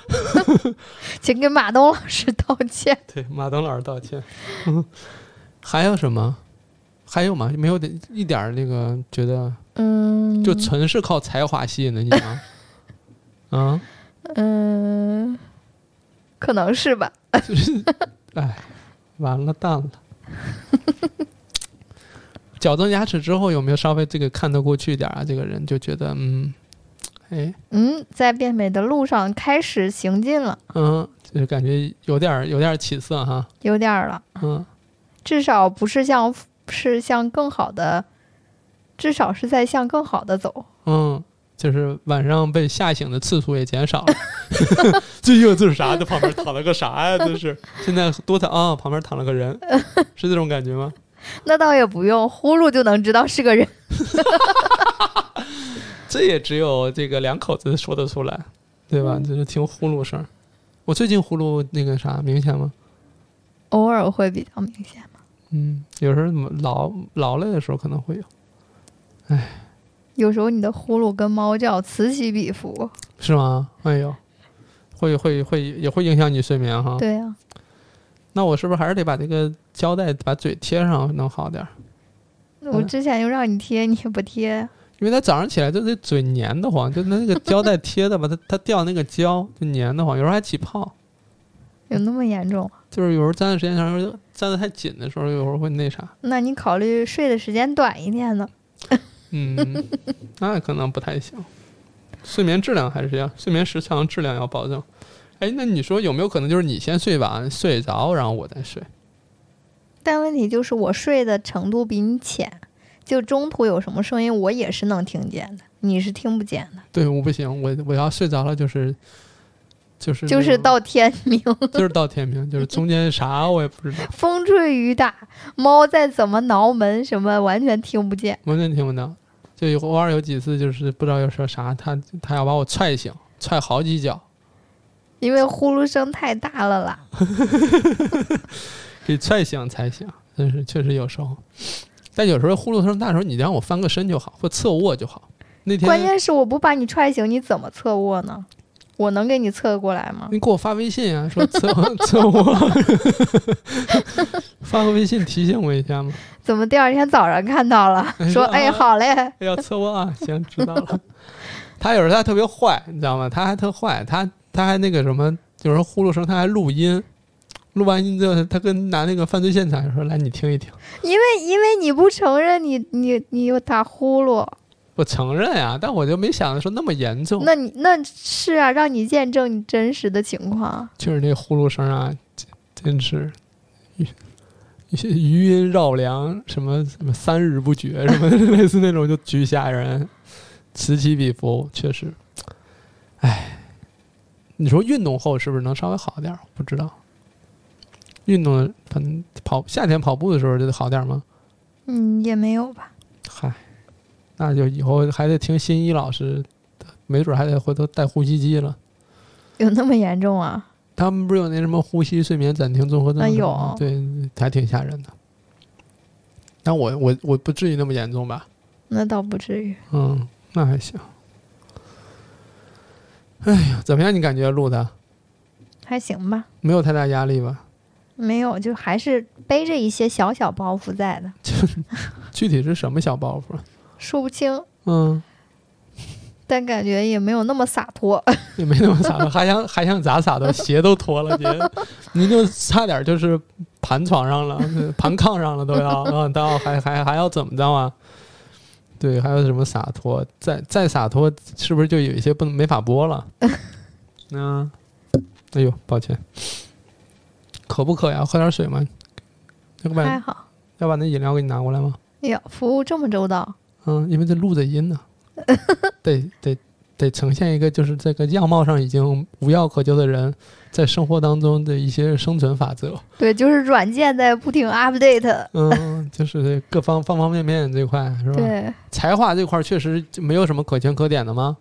[SPEAKER 2] 请给马东老师道歉。
[SPEAKER 1] 对，马东老师道歉。 嗯，还有什么？还有吗？没有点一点儿那个觉得
[SPEAKER 2] 嗯，
[SPEAKER 1] 就纯是靠才华吸引的你吗？啊，
[SPEAKER 2] 嗯，可能是吧。
[SPEAKER 1] 就是，哎，完了蛋了。 矫正牙齿之后有没有稍微这个看得过去一点啊？这个人就觉得嗯，哎
[SPEAKER 2] 嗯，在变美的路上开始行进了，
[SPEAKER 1] 嗯，就是感觉有点儿有点儿起色哈，
[SPEAKER 2] 有点儿了，
[SPEAKER 1] 嗯
[SPEAKER 2] 至少不是向是向更好的，至少是在向更好的走。
[SPEAKER 1] 嗯，就是晚上被吓醒的次数也减少了。 最近这是啥？这旁边躺了个啥呀？这是现在多躺啊、旁边躺了个人，是这种感觉吗？
[SPEAKER 2] 那倒也不用呼噜就能知道是个人。
[SPEAKER 1] 这也只有这个两口子说得出来，对吧？就是听呼噜声儿。我最近呼噜那个啥明显吗？
[SPEAKER 2] 偶尔会比较明显。
[SPEAKER 1] 嗯，有时候老劳累的时候可能会有，
[SPEAKER 2] 有时候你的呼噜跟猫叫此起彼
[SPEAKER 1] 哦
[SPEAKER 2] 伏。
[SPEAKER 1] 是吗？哎呦，会会会也会影响你睡眠哈。
[SPEAKER 2] 对啊呀、
[SPEAKER 1] 那我是不是还是得把这个胶带把嘴贴上能好点儿？嗯
[SPEAKER 2] 我之前就让你贴，你也不贴。
[SPEAKER 1] 因为它早上起来就那嘴粘得慌，就那个胶带贴的吧，它它掉那个胶就粘得慌，有时候还起泡。
[SPEAKER 2] 有那么严重？
[SPEAKER 1] 就是有时候站的时间长，有时候站的太紧的时候，有时候会那啥。
[SPEAKER 2] 那你考虑睡的时间短一点呢？
[SPEAKER 1] 嗯，那可能不太行。睡眠质量还是要，睡眠时长质量要保证。哎，那你说有没有可能就是你先睡吧，睡着，然后我再睡？
[SPEAKER 2] 但问题就是我睡的程度比你浅，就中途有什么声音我也是能听见的，你是听不见的，
[SPEAKER 1] 对，我不行，我我要睡着了就是就是
[SPEAKER 2] 就
[SPEAKER 1] 那
[SPEAKER 2] 是
[SPEAKER 1] 种
[SPEAKER 2] 到天明，
[SPEAKER 1] 就是到天明，就是中间啥我也不知道，
[SPEAKER 2] 风吹雨打，猫再怎么挠门什么，完全听不见。
[SPEAKER 1] 完全听不到。就有偶尔有几次就是不知道要说啥，他他要把我踹醒，踹好几脚，
[SPEAKER 2] 因为呼噜声太大了啦，
[SPEAKER 1] 给踹醒才行。但是确实有时候，但有时候呼噜声大的时候，你让我翻个身就好，或侧卧就好。那
[SPEAKER 2] 关
[SPEAKER 1] 天
[SPEAKER 2] 键是我不把你踹醒，你怎么侧卧呢？我能给你侧过来吗？
[SPEAKER 1] 你给我发微信啊，说侧 侧卧，发个微信提醒我一下嘛。
[SPEAKER 2] 怎么第二天早上看到了
[SPEAKER 1] 哎，
[SPEAKER 2] 说
[SPEAKER 1] 啊
[SPEAKER 2] 哎好嘞，
[SPEAKER 1] 哎呀，侧卧啊，行，知道了。他有时候他特别坏，你知道吗？他还特坏，他他还那个什么，有时候呼噜声他还录音，录完音之后，他跟拿那个犯罪现场说：“来，你听一听。
[SPEAKER 2] 因为因为你不承认你你你有打呼噜，”
[SPEAKER 1] 我承认呀、但我就没想着说那么严重，
[SPEAKER 2] 那你那是啊，让你见证你真实的情况。
[SPEAKER 1] 就是那呼噜声啊，真真是余余音绕梁，什么什么三日不绝，什么 类似那种，就巨吓人，此起彼伏，确实，唉，你说运动后是不是能稍微好点儿？不知道，运动反正跑夏天跑步的时候就好点儿吗？
[SPEAKER 2] 嗯，也没有吧。
[SPEAKER 1] 嗨，那就以后还得听新一老师，没准还得回头带呼吸机了。
[SPEAKER 2] 有那么严重啊？
[SPEAKER 1] 他们不是有那什么呼吸睡眠暂停综合症
[SPEAKER 2] 啊
[SPEAKER 1] 什么的
[SPEAKER 2] 有
[SPEAKER 1] 吗？对，还挺吓人的。但我我我不至于那么严重吧？
[SPEAKER 2] 那倒不至于。
[SPEAKER 1] 嗯，那还行。哎呀，怎么样？你感觉录的
[SPEAKER 2] 还行吧，
[SPEAKER 1] 没有太大压力吧？
[SPEAKER 2] 没有，就还是背着一些小小包袱在的，
[SPEAKER 1] 具体是什么小包袱？
[SPEAKER 2] 说不清，
[SPEAKER 1] 嗯，
[SPEAKER 2] 但感觉也没有那么洒脱。
[SPEAKER 1] 也没那么洒脱，还想还想咋洒脱？鞋都脱了，姐，您就差点就是盘床上了，盘炕上了都要，啊，到还还还要怎么着啊？对，还有什么洒脱？再再洒脱，是不是就有一些不能没法播了？嗯，哎呦，抱歉，渴不渴呀？喝点水吗？要不
[SPEAKER 2] 还
[SPEAKER 1] 把
[SPEAKER 2] 好，
[SPEAKER 1] 要把那饮料给你拿过来吗？
[SPEAKER 2] 哎呀，服务这么周到，
[SPEAKER 1] 嗯，因为这录着音呢，得得得呈现一个就是这个样貌上已经无药可救的人在生活当中的一些生存法则。
[SPEAKER 2] 对，就是软件在不停 update，
[SPEAKER 1] 嗯，就是各方方方面面这块是吧？
[SPEAKER 2] 对，
[SPEAKER 1] 才华这块确实就没有什么可圈可点的吗？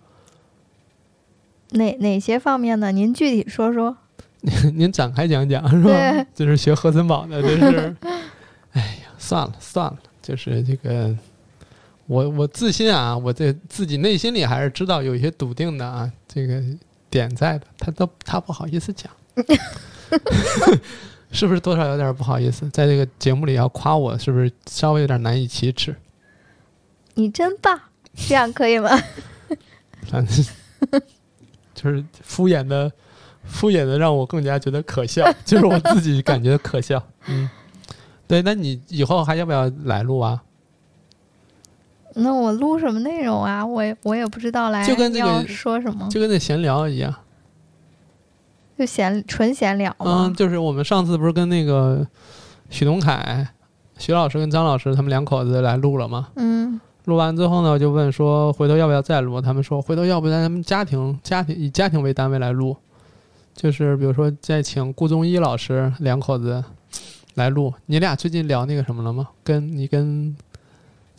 [SPEAKER 2] 哪哪些方面呢？您具体说说。
[SPEAKER 1] 您展开讲讲是吧
[SPEAKER 2] 对？
[SPEAKER 1] 这是学何森堡的，这是。哎呀，算了算了，就是这个，我我自信啊，我这自己内心里还是知道有一些笃定的啊，这个点在的，他都他不好意思讲， 是不是多少有点不好意思？在这个节目里要夸我，是不是稍微有点难以启齿？
[SPEAKER 2] 你真棒，这样可以吗？
[SPEAKER 1] 反正就是敷衍的，敷衍的让我更加觉得可笑，就是我自己感觉可笑。嗯，对，那你以后还要不要来录啊？
[SPEAKER 2] 那我录什么内容啊？我也我也不知道来
[SPEAKER 1] 就跟这个
[SPEAKER 2] 要说什么，
[SPEAKER 1] 就跟那闲聊一样，
[SPEAKER 2] 就闲纯闲聊嘛。
[SPEAKER 1] 嗯，就是我们上次不是跟那个许东凯、徐老师跟张老师他们两口子来录了吗？
[SPEAKER 2] 嗯
[SPEAKER 1] 录完之后呢，我就问说回头要不要再录？他们说回头要不然他们家庭家庭以家庭为单位来录，就是比如说再请顾中医老师两口子来录。你俩最近聊那个什么了吗？跟你跟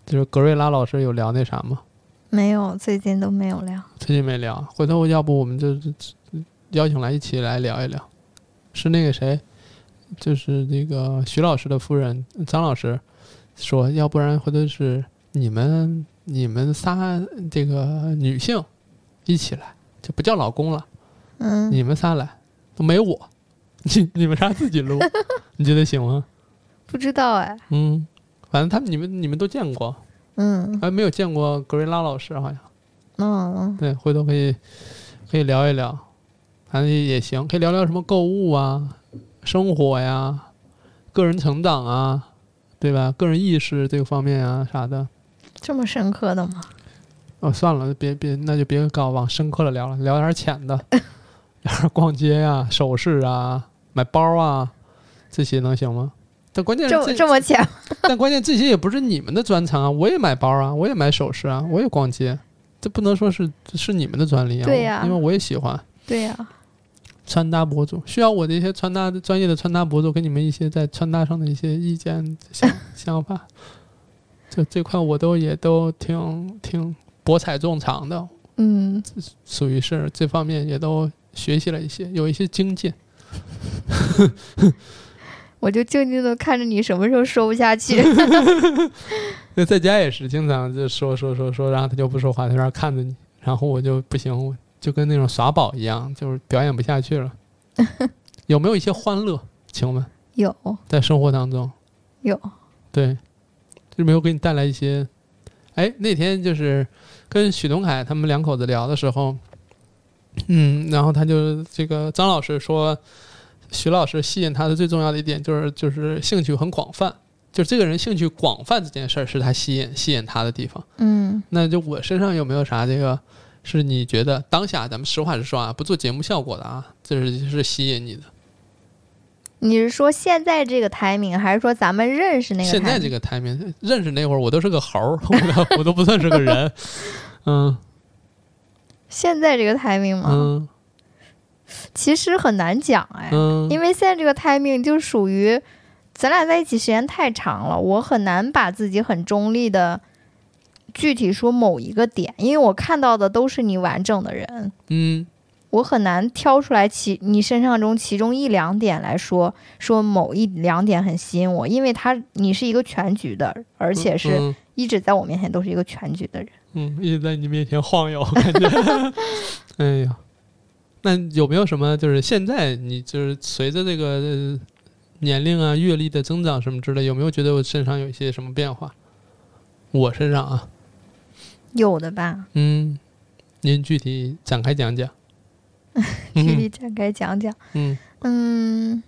[SPEAKER 1] 就是格瑞拉老师有聊那啥吗？
[SPEAKER 2] 没有，最近都没有聊。
[SPEAKER 1] 最近没聊，回头要不我们就邀请来一起来聊一聊。是那个谁，就是那个徐老师的夫人张老师说，要不然回头是你们你们仨这个女性一起来，就不叫老公了，
[SPEAKER 2] 嗯，
[SPEAKER 1] 你们仨来，都没我，你你们仨自己录，你觉得行吗？
[SPEAKER 2] 不知道哎。
[SPEAKER 1] 嗯，反正他们你们你们都见过，
[SPEAKER 2] 嗯
[SPEAKER 1] 还没有见过格瑞拉老师好像。
[SPEAKER 2] 嗯
[SPEAKER 1] 对，回头可以可以聊一聊，反正也行，可以聊聊什么购物啊，生活呀、个人成长啊，对吧？个人意识这个方面啊啥的。
[SPEAKER 2] 这么深刻的吗？
[SPEAKER 1] 哦，算了，别别，那就别搞往深刻了聊了，聊点浅 的，聊点逛街啊、首饰啊、买包啊这些能行吗？但关键是
[SPEAKER 2] 这么这么浅？
[SPEAKER 1] 但关键这些也不是你们的专长啊，我也买包啊，我也买首饰啊，我也逛街，这不能说是是你们的专利啊，
[SPEAKER 2] 对呀
[SPEAKER 1] 因为我也喜欢
[SPEAKER 2] 对呀、
[SPEAKER 1] 穿搭博主，需要我的一些穿搭的专业的穿搭博主给你们一些在穿搭上的一些意见想想法，就这块我都也都挺挺博采众长的，
[SPEAKER 2] 嗯，
[SPEAKER 1] 属于是这方面也都学习了一些，有一些精进。
[SPEAKER 2] 我就静静的看着你什么时候说不 下去。
[SPEAKER 1] 那在家也是经常就说说说说，然后他就不说话，他在那儿看着你，然后我就不行，我就跟那种耍宝一样，就是表演不下去了。有没有一些欢乐？请问
[SPEAKER 2] 有
[SPEAKER 1] 在生活当中，
[SPEAKER 2] 有，
[SPEAKER 1] 对，就没有给你带来一些。哎，那天就是跟许东凯他们两口子聊的时候，嗯，然后他就这个张老师说，许老师吸引他的最重要的一点就是就是兴趣很广泛，就这个人兴趣广泛这件事儿是他吸引吸引他的地方。
[SPEAKER 2] 嗯
[SPEAKER 1] 那就我身上有没有啥这个是你觉得当下咱们实话实说啊，不做节目效果的啊，这是是吸引你的。
[SPEAKER 2] 你是说现在这个 timing，还是说咱们认识那个？
[SPEAKER 1] 现在这，个 timing，认识那会儿我都是个猴儿，我都我都不算是个人。嗯
[SPEAKER 2] 现在这个 timing 吗？
[SPEAKER 1] 嗯
[SPEAKER 2] 其实很难讲哎，
[SPEAKER 1] 嗯，
[SPEAKER 2] 因
[SPEAKER 1] 为
[SPEAKER 2] 为现在这个 timing 就属于咱俩在一起时间太长了，我很难把自己很中立的具体说某一个点，因为我看到的都是你完整的人，
[SPEAKER 1] 嗯
[SPEAKER 2] 我很难挑出来其你身上中其中一两点来说，说某一两点很吸引我，因为他你是一个全局的，而且是
[SPEAKER 1] 嗯
[SPEAKER 2] 一直在我面前都是一个全局的人。
[SPEAKER 1] 嗯一直在你面前晃悠，感觉 哎呀，那有没有什么就是现在你就是随着这个、呃年龄啊、阅历的增长什么之类，有没有觉得我身上有一些什么变化？我身上啊，
[SPEAKER 2] 有的吧，
[SPEAKER 1] 嗯，您具体展开 讲讲。
[SPEAKER 2] 具体展开讲讲。
[SPEAKER 1] 嗯
[SPEAKER 2] 嗯，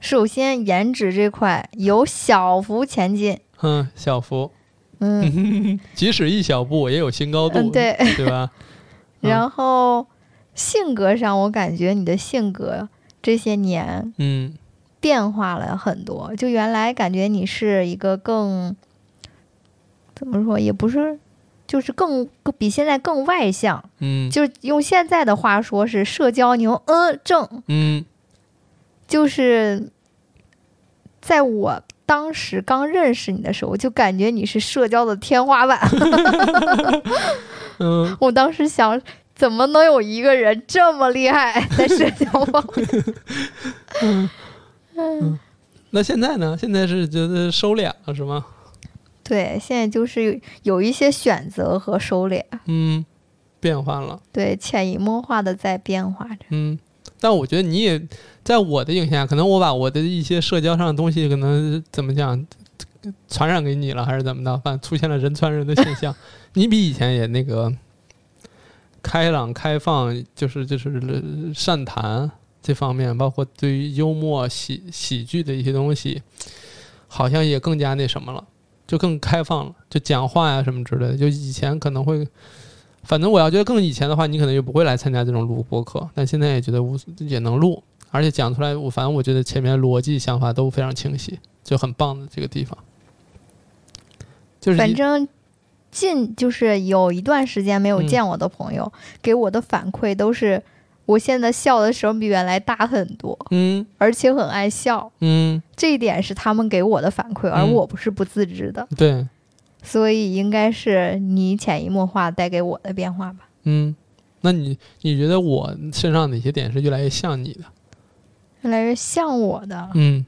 [SPEAKER 2] 首先颜值这块有小幅前进，
[SPEAKER 1] 嗯，小福，
[SPEAKER 2] 嗯，
[SPEAKER 1] 即使一小步，也有新高度，
[SPEAKER 2] 嗯对
[SPEAKER 1] 对吧？嗯
[SPEAKER 2] 然后性格上，我感觉你的性格这些年
[SPEAKER 1] 嗯
[SPEAKER 2] 变化了很多。就原来感觉你是一个更怎么说，也不是，就是更更比现在更外向，
[SPEAKER 1] 嗯
[SPEAKER 2] 就是用现在的话说是社交牛，嗯，正，
[SPEAKER 1] 嗯
[SPEAKER 2] 就是在我当时刚认识你的时候，就感觉你是社交的天花板。
[SPEAKER 1] 嗯，
[SPEAKER 2] 我当时想，怎么能有一个人这么厉害在社交方面？
[SPEAKER 1] 那现在呢？现在是觉得收敛了是吗？
[SPEAKER 2] 对，现在就是有一些选择和收敛，
[SPEAKER 1] 嗯，变化了，
[SPEAKER 2] 对，潜移默化的在变化着。
[SPEAKER 1] 嗯。但我觉得你也在我的影响下，可能我把我的一些社交上的东西，可能怎么讲，传染给你了，还是怎么的？反正出现了人传人的现象。你比以前也那个开朗、开放，就是就是呃善谈这方面，包括对于幽默、喜喜剧的一些东西，好像也更加那什么了，就更开放了，就讲话呀、什么之类的。就以前可能会，反正我要觉得更以前的话，你可能就不会来参加这种录播课，但现在也觉得无也能录，而且讲出来，我反正我觉得前面逻辑想法都非常清晰，就很棒的这个地方。就是
[SPEAKER 2] 反
[SPEAKER 1] 一
[SPEAKER 2] 正近就是有一段时间没有
[SPEAKER 1] 嗯
[SPEAKER 2] 见我的朋友，给我的反馈都是，我现在笑的声比原来大很多，
[SPEAKER 1] 嗯
[SPEAKER 2] 而且很爱笑。
[SPEAKER 1] 嗯，
[SPEAKER 2] 这一点是他们给我的反馈，而
[SPEAKER 1] 嗯
[SPEAKER 2] 我不是不自知的，
[SPEAKER 1] 对。
[SPEAKER 2] 所以应该是你潜移默化带给我的变化吧。
[SPEAKER 1] 嗯，那你你觉得我身上哪些点是越来越像你的？
[SPEAKER 2] 越来越像我的，
[SPEAKER 1] 嗯，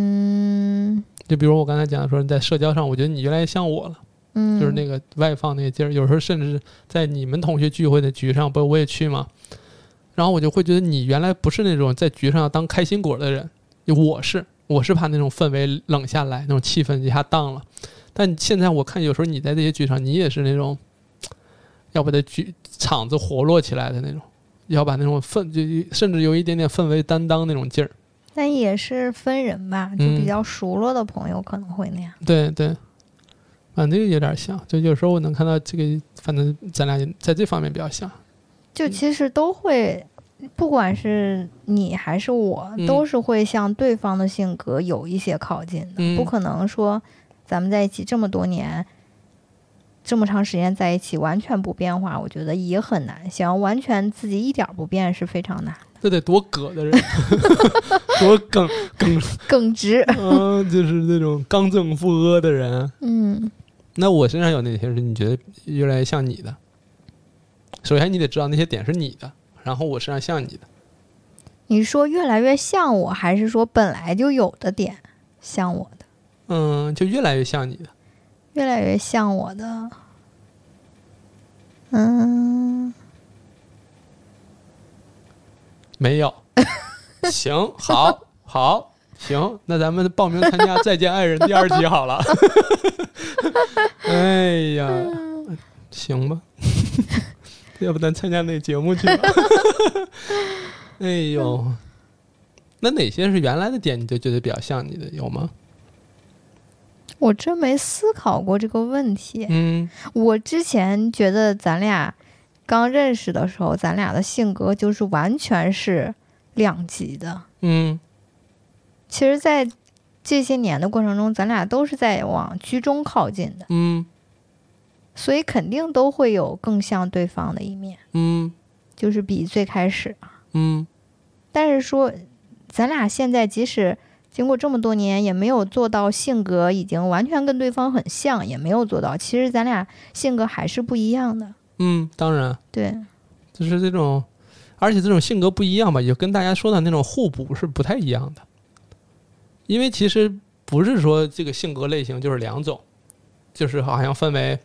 [SPEAKER 2] 嗯
[SPEAKER 1] 就比如我刚才讲的说，在社交上，我觉得你越来越像我了，
[SPEAKER 2] 嗯，
[SPEAKER 1] 就是那个外放那个劲儿。有时候甚至在你们同学聚会的局上，不我也去嘛，然后我就会觉得你原来不是那种在局上当开心果的人，我是我是怕那种氛围冷下来，那种气氛一下荡了。但现在我看，有时候你在这些局上，你也是那种要把这局场子活络起来的那种，要把那种氛，就甚至有一点点氛围担当那种劲儿。
[SPEAKER 2] 但也是分人吧，就
[SPEAKER 1] 嗯
[SPEAKER 2] 比较熟络的朋友可能会那样。
[SPEAKER 1] 对对，反正有点像，就有时候我能看到这个，反正咱俩在这方面比较像。
[SPEAKER 2] 就
[SPEAKER 1] 嗯
[SPEAKER 2] 其实都会，不管是你还是我，
[SPEAKER 1] 嗯
[SPEAKER 2] 都是会向对方的性格有一些靠近的，
[SPEAKER 1] 嗯
[SPEAKER 2] 不可能说咱们在一起这么多年。这么长时间在一起完全不变化，我觉得也很难。想要完全自己一点儿不变是非常难，
[SPEAKER 1] 这得多葛的人， 多耿耿，
[SPEAKER 2] 耿直。
[SPEAKER 1] 嗯、就是那种刚正不阿的人。
[SPEAKER 2] 嗯，
[SPEAKER 1] 那我身上有哪些是你觉得越来越像你的？首先，你得知道那些点是你的，然后我身上像你的，
[SPEAKER 2] 你说越来越像我，还是说本来就有的点像我的？
[SPEAKER 1] 嗯，就越来越像你的。
[SPEAKER 2] 越来越像我的，嗯，
[SPEAKER 1] 没有。行，好，好，行，那咱们报名参加《再见爱人》第二季好了。哎呀，行吧， 要不咱参加那节目去吧。哎呦，那哪些是原来的点你就觉得比较像你的有吗？
[SPEAKER 2] 我真没思考过这个问题。
[SPEAKER 1] 嗯
[SPEAKER 2] 我之前觉得咱俩刚认识的时候，咱俩的性格就是完全是两极的。
[SPEAKER 1] 嗯
[SPEAKER 2] 其实，在这些年的过程中，咱俩都是在往居中靠近的，
[SPEAKER 1] 嗯
[SPEAKER 2] 所以肯定都会有更像对方的一面，
[SPEAKER 1] 嗯
[SPEAKER 2] 就是比最开始
[SPEAKER 1] 嗯
[SPEAKER 2] 但是说，咱俩现在即使经过这么多年，也没有做到性格已经完全跟对方很像，也没有做到。其实咱俩性格还是不一样的。
[SPEAKER 1] 嗯，当然，
[SPEAKER 2] 对，
[SPEAKER 1] 就是这种，而且这种性格不一样吧，也跟大家说的那种互补是不太一样的。因为其实不是说这个性格类型就是两种，就是好像分为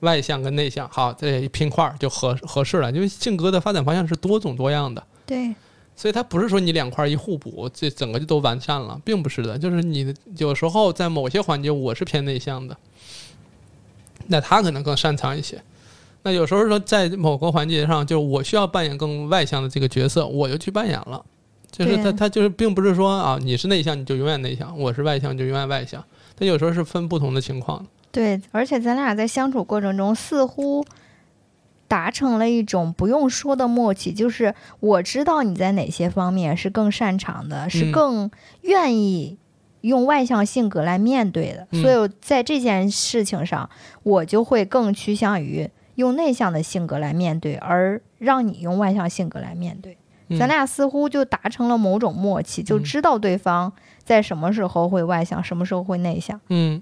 [SPEAKER 1] 外向跟内向，好，这一拼块儿就合合适了。因为性格的发展方向是多种多样的，
[SPEAKER 2] 对，
[SPEAKER 1] 所以它不是说你两块儿一互补，这整个就都完善了，并不是的。就是你的有时候在某些环节我是偏内向的，那他可能更擅长一些。那有时候说在某个环节上，就是我需要扮演更外向的这个角色，我就去扮演了。就是他
[SPEAKER 2] 对
[SPEAKER 1] 他就是并不是说啊，你是内向你就永远内向，我是外向你就永远外向。他有时候是分不同的情况的。
[SPEAKER 2] 对，而且咱俩在相处过程中，似乎达成了一种不用说的默契，就是我知道你在哪些方面是更擅长的，
[SPEAKER 1] 嗯
[SPEAKER 2] 是更愿意用外向性格来面对的，
[SPEAKER 1] 嗯
[SPEAKER 2] 所以我在这件事情上，我就会更趋向于用内向的性格来面对，而让你用外向性格来面对。
[SPEAKER 1] 嗯、
[SPEAKER 2] 咱俩似乎就达成了某种默契，就
[SPEAKER 1] 嗯
[SPEAKER 2] 知道对方在什么时候会外向，什么时候会内向。
[SPEAKER 1] 嗯。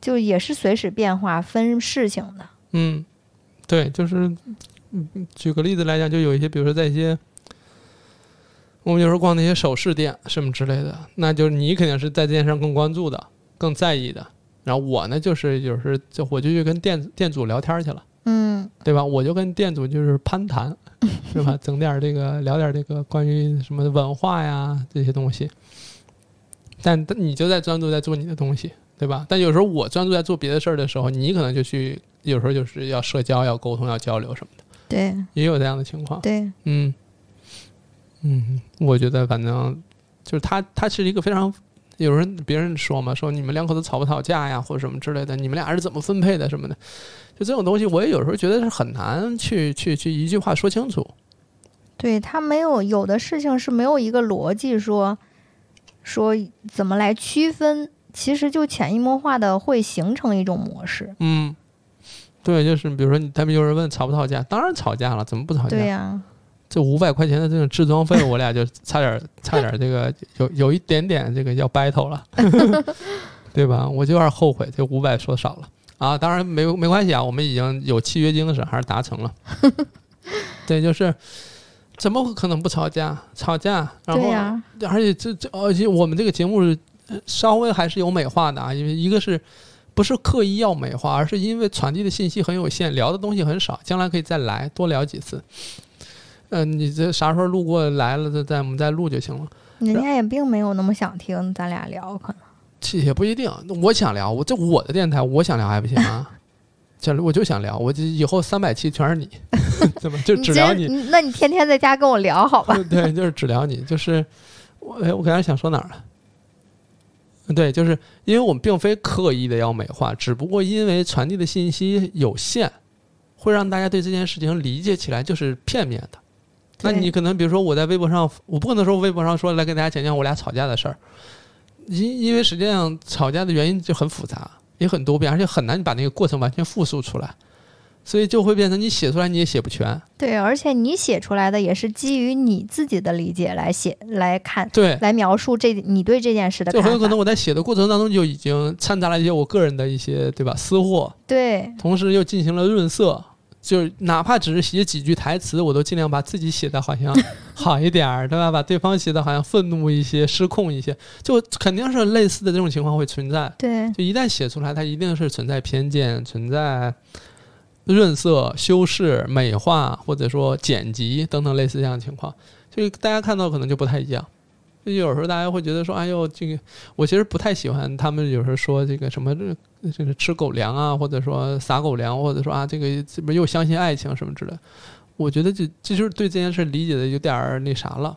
[SPEAKER 2] 就也是随时变化、分事情的。
[SPEAKER 1] 嗯，对，就是嗯举个例子来讲，就有一些，比如说在一些我们有时候逛那些首饰店什么之类的，那就是你肯定是在这件事上更关注的、更在意的。然后我呢，就是有时候就我就去跟店店主聊天去了，
[SPEAKER 2] 嗯，
[SPEAKER 1] 对吧？我就跟店主就是攀谈，是吧？整点儿这个聊点儿这个关于什么文化呀这些东西。但但你就在专注在做你的东西，对吧？但有时候我专注在做别的事儿的时候，你可能就去有时候就是要社交、要沟通、要交流什么的，
[SPEAKER 2] 对
[SPEAKER 1] 也有这样的情况。
[SPEAKER 2] 对，
[SPEAKER 1] 嗯嗯，我觉得反正就是他，他是一个非常。有人别人说嘛，说你们两口子吵不吵架呀，或者什么之类的，你们俩是怎么分配的什么的，就这种东西，我也有时候觉得是很难去去去一句话说清楚。
[SPEAKER 2] 对他没有有的事情是没有一个逻辑说说怎么来区分，其实就潜移默化的会形成一种模式。
[SPEAKER 1] 嗯，对，就是比如说你他们有人问吵不吵架，当然吵架了，怎么不吵架？
[SPEAKER 2] 对呀、
[SPEAKER 1] 这五百块钱的这种置装费，我俩就差点差点这个有有一点点这个要 battle 了，对吧？我就有点后悔，这五百说少了啊。当然没没关系啊，我们已经有契约精神，还是达成 了。对，就是怎么可能不吵架？吵架，然
[SPEAKER 2] 对
[SPEAKER 1] 后、
[SPEAKER 2] 呀、
[SPEAKER 1] 而且这这，而且我们这个节目呃稍微还是有美化的啊，因为一个是不是刻意要美化，而是因为传递的信息很有限，聊的东西很少，将来可以再来多聊几次。嗯、你这啥时候路过来了，再再我们再录就行了。
[SPEAKER 2] 人家也并没有那么想听咱俩聊，可能
[SPEAKER 1] 这也不一定，啊我想聊，我这我的电台，我想聊还不行啊？ 这我就想聊，我这以后三百期全是你， 怎么就只
[SPEAKER 2] 今
[SPEAKER 1] 聊
[SPEAKER 2] 儿
[SPEAKER 1] 你？
[SPEAKER 2] 那你天天在家跟我聊好吧？
[SPEAKER 1] 对，就是只聊你，就是我哎，我刚才想说哪儿了？对，就是因为我们并非刻意的要美化，只不过因为传递的信息有限，会让大家对这件事情理解起来就是片面的。那
[SPEAKER 2] 对
[SPEAKER 1] 你可能比如说我在微博上，我不可能说微博上说来给大家讲讲我俩吵架的事儿，因因为实际上吵架的原因就很复杂，也很多变，而且很难把那个过程完全复述出来，所以就会变成你写出来你也写不全。
[SPEAKER 2] 对，而且你写出来的也是基于你自己的理解来写来看。
[SPEAKER 1] 对，
[SPEAKER 2] 来描述这你对这件事的
[SPEAKER 1] 就
[SPEAKER 2] 看法，
[SPEAKER 1] 很有可能我在写的过程当中就已经掺杂了一些我个人的一些对吧私货，
[SPEAKER 2] 对
[SPEAKER 1] 同时又进行了润色，就是哪怕只是写几句台词，我都尽量把自己写的好像好一点儿，对吧？把对方写的好像愤怒一些、失控一些，就肯定是类似的这种情况会存在。
[SPEAKER 2] 对
[SPEAKER 1] 就一旦写出来，它一定是存在偏见、存在润色、修饰、美化，或者说剪辑等等类似这样的情况，就是大家看到可能就不太一样。就有时候大家会觉得说，哎呦，这个我其实不太喜欢他们有时候说这个什么这这个吃狗粮啊，或者说撒狗粮，或者说啊这个这不又相信爱情什么之类的。我觉得这这就是对这件事理解的有点儿那啥了，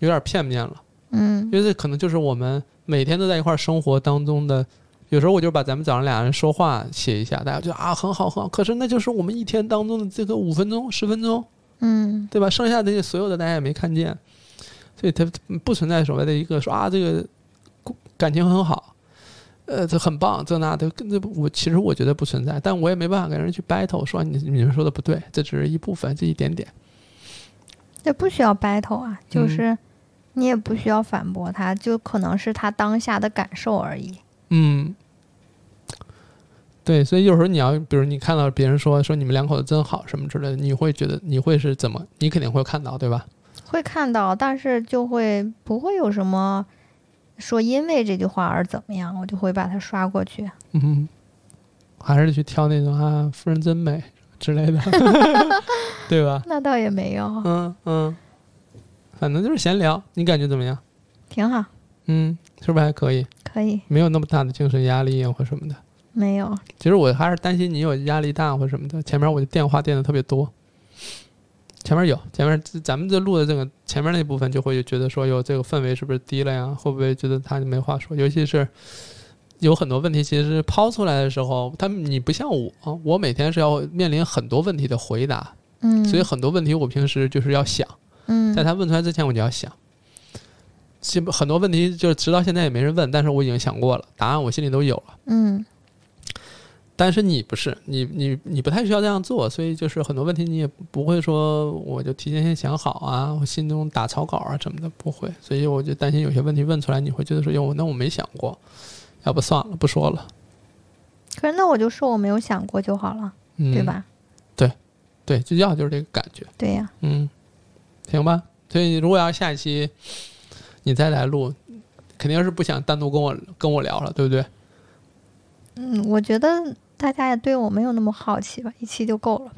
[SPEAKER 1] 有点儿片面了。
[SPEAKER 2] 嗯，
[SPEAKER 1] 因为这可能就是我们每天都在一块儿生活当中的。有时候我就把咱们早上俩人说话写一下，大家就啊很好很好。可是那就是我们一天当中的这个五分钟十分钟，
[SPEAKER 2] 嗯，
[SPEAKER 1] 对吧？剩下的那些所有的大家也没看见，所以它不存在所谓的一个说啊这个感情很好，呃这很棒这那的，跟这我其实我觉得不存在，但我也没办法跟人去 battle 说你你们说的不对，这只是一部分，这一点点。
[SPEAKER 2] 这不需要 battle 啊，就
[SPEAKER 1] 嗯
[SPEAKER 2] 是你也不需要反驳他，就可能是他当下的感受而已。
[SPEAKER 1] 嗯，对，所以有时候你要，比如你看到别人说说你们两口子真好什么之类的，你会觉得你会是怎么？你肯定会看到，对吧？
[SPEAKER 2] 会看到，但是就会不会有什么说因为这句话而怎么样，我就会把它刷过去。
[SPEAKER 1] 嗯，还是去挑那种啊，夫人真美之类 的，对吧？
[SPEAKER 2] 那倒也没有，
[SPEAKER 1] 嗯嗯，反正就是闲聊，你感觉怎么样？
[SPEAKER 2] 挺好，
[SPEAKER 1] 嗯，是不是还可以？
[SPEAKER 2] 可以，
[SPEAKER 1] 没有那么大的精神压力啊或什么的。
[SPEAKER 2] 没有，
[SPEAKER 1] 其实我还是担心你有压力大或什么的。前面我就电话电的特别多，前面有，前面这咱们这录的这个前面那部分就会觉得说，哟，这个氛围是不是低了呀？会不会觉得他没话说？尤其是有很多问题，其实抛出来的时候，他们你不像我，我每天是要面临很多问题的回答，
[SPEAKER 2] 嗯，
[SPEAKER 1] 所以很多问题我平时就是要想，
[SPEAKER 2] 嗯，
[SPEAKER 1] 在他问出来之前我就要想。其实很多问题就是直到现在也没人问，但是我已经想过了，答案我心里都有了。
[SPEAKER 2] 嗯
[SPEAKER 1] 但是你不是你你你不太需要这样做，所以就是很多问题你也不会说我就提前先想好啊，我心中打草稿啊什么的不会，所以我就担心有些问题问出来你会觉得说哟，那我没想过，要不算了，不说了，
[SPEAKER 2] 可是那我就说我没有想过就好了，
[SPEAKER 1] 嗯，
[SPEAKER 2] 对？吧？
[SPEAKER 1] 对，就要就是这个感觉，
[SPEAKER 2] 对呀、
[SPEAKER 1] 嗯，行吧。所以如果要下一期你再来录，肯定是不想单独跟我跟我聊了，对不对？
[SPEAKER 2] 嗯，我觉得大家也对我没有那么好奇吧，一期就够了。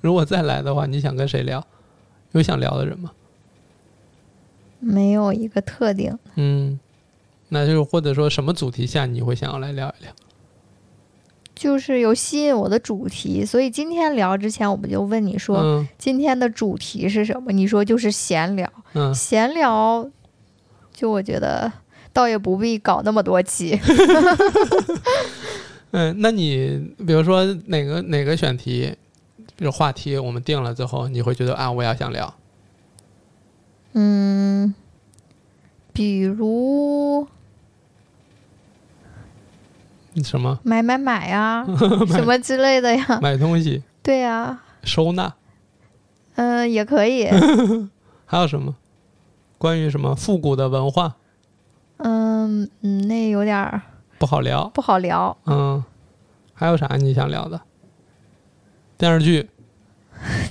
[SPEAKER 1] 如果再来的话，你想跟谁聊？有想聊的人吗？
[SPEAKER 2] 没有一个特定，
[SPEAKER 1] 嗯，那就是或者说什么主题下你会想要来聊一聊？
[SPEAKER 2] 就是有吸引我的主题，所以今天聊之前，我不就问你说、
[SPEAKER 1] 嗯
[SPEAKER 2] 今天的主题是什么？你说就是闲聊，
[SPEAKER 1] 嗯，
[SPEAKER 2] 闲聊，就我觉得倒也不必搞那么多期。
[SPEAKER 1] 嗯，那你比如说哪个哪个选题，比如话题我们定了之后，你会觉得啊，我要想聊，
[SPEAKER 2] 嗯，比如
[SPEAKER 1] 什么
[SPEAKER 2] 买买买 啊，什么之类的呀，
[SPEAKER 1] 买东西、
[SPEAKER 2] 对呀、
[SPEAKER 1] 收纳，
[SPEAKER 2] 嗯、也 可以，
[SPEAKER 1] 还有什么关于什么复古的文化
[SPEAKER 2] 嗯嗯，那有点儿
[SPEAKER 1] 不好聊，
[SPEAKER 2] 不好聊。
[SPEAKER 1] 嗯，还有啥你想聊的？电视剧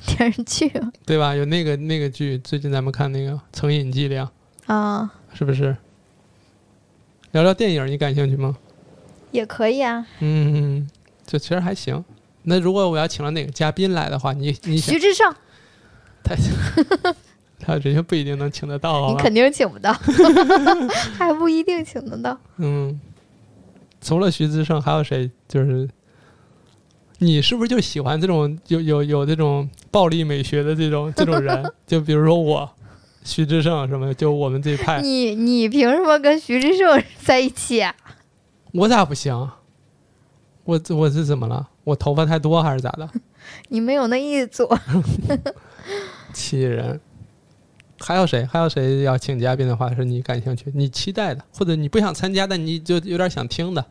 [SPEAKER 2] 电视剧
[SPEAKER 1] 对吧？有那个那个剧，最近咱们看那个《成瘾剂量
[SPEAKER 2] 啊，》，
[SPEAKER 1] 是不是？聊聊电影，你感兴趣吗？
[SPEAKER 2] 也可以啊。
[SPEAKER 1] 嗯，这其实还行。那如果我要请了哪个嘉宾来的话，你你想
[SPEAKER 2] 徐志胜，
[SPEAKER 1] 他他 人家不一定能请得到
[SPEAKER 2] 你
[SPEAKER 1] 啊。
[SPEAKER 2] 肯定请不到， 还不一定请得到。
[SPEAKER 1] 嗯，除了徐志胜，还有谁？就是你是不是就喜 欢这种有有有这种暴力美学的这种这种人？就比如说我，徐志胜什么的，就我们这 派，
[SPEAKER 2] 你你凭什么跟徐志胜在一起啊？
[SPEAKER 1] 我咋不行？我我是怎么了？我头发太多还是咋的？
[SPEAKER 2] 你没有那一组，
[SPEAKER 1] 气人！还有谁？还有谁要请嘉宾的话是你感兴趣、你期待的，或者你不想参加但你就有点想听的？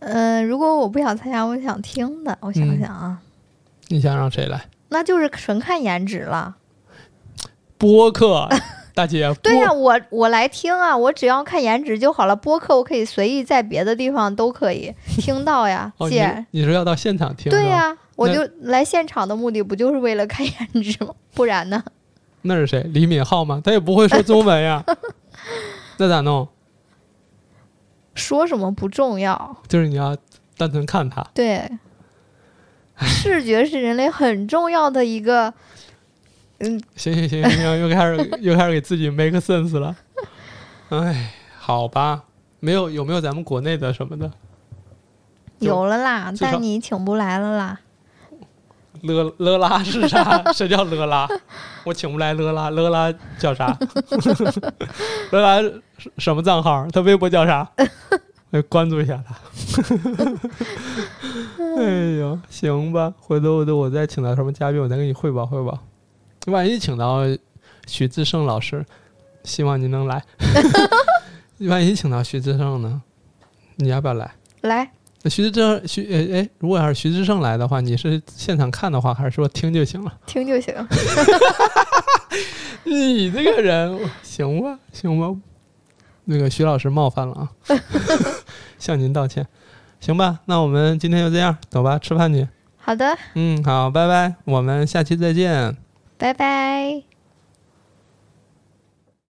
[SPEAKER 2] 嗯、如果我不想参加，我想听的，我想
[SPEAKER 1] 嗯
[SPEAKER 2] 想啊，
[SPEAKER 1] 你想让谁来？
[SPEAKER 2] 那就是纯看颜值了。
[SPEAKER 1] 播 客大姐，
[SPEAKER 2] 对呀、
[SPEAKER 1] 播
[SPEAKER 2] 我我来听啊，我只要看颜值就好了。播客我可以随意在别的地方都可 以听到呀，
[SPEAKER 1] 哦，
[SPEAKER 2] 姐。
[SPEAKER 1] 你你说要到现场听？
[SPEAKER 2] 对
[SPEAKER 1] 是吧
[SPEAKER 2] 呀、我
[SPEAKER 1] 那
[SPEAKER 2] 就来现场的目的不就是为了看颜值吗？不然呢？
[SPEAKER 1] 那是谁？李敏镐吗？他也不会说中文 呀，那咋弄？
[SPEAKER 2] 说什么不重要，
[SPEAKER 1] 就是你要单纯看他，
[SPEAKER 2] 对，视觉是人类很重要的一个，
[SPEAKER 1] 行行行行行，又开始 又开始给自己 make sense 了。哎，好吧，没有有没有咱们国内的什么的就
[SPEAKER 2] 有了啦，
[SPEAKER 1] 至少
[SPEAKER 2] 但你请不来了啦。
[SPEAKER 1] 勒勒拉是啥？ 谁叫勒拉？我请不来勒拉，勒拉叫啥？ 勒拉是什么账号？他微博叫啥？我关注一下他。 哎呦，行吧，回头我我再请到什么嘉宾，我再跟你汇报汇报。万一请到徐志胜老师，希望您能来。 万一请到徐志胜呢？你要不要来？
[SPEAKER 2] 来，
[SPEAKER 1] 那徐志正徐哎哎，如果要是徐志胜来的话，你是现场看的话，还是说听就行了？
[SPEAKER 2] 听就行。
[SPEAKER 1] 你这个人行吧，行吧，那个徐老师冒犯了 啊，向您道歉。行吧，那我们今天就这样，走吧，吃饭去。
[SPEAKER 2] 好的，
[SPEAKER 1] 嗯，好，拜拜，我们下期再见。
[SPEAKER 2] 拜拜。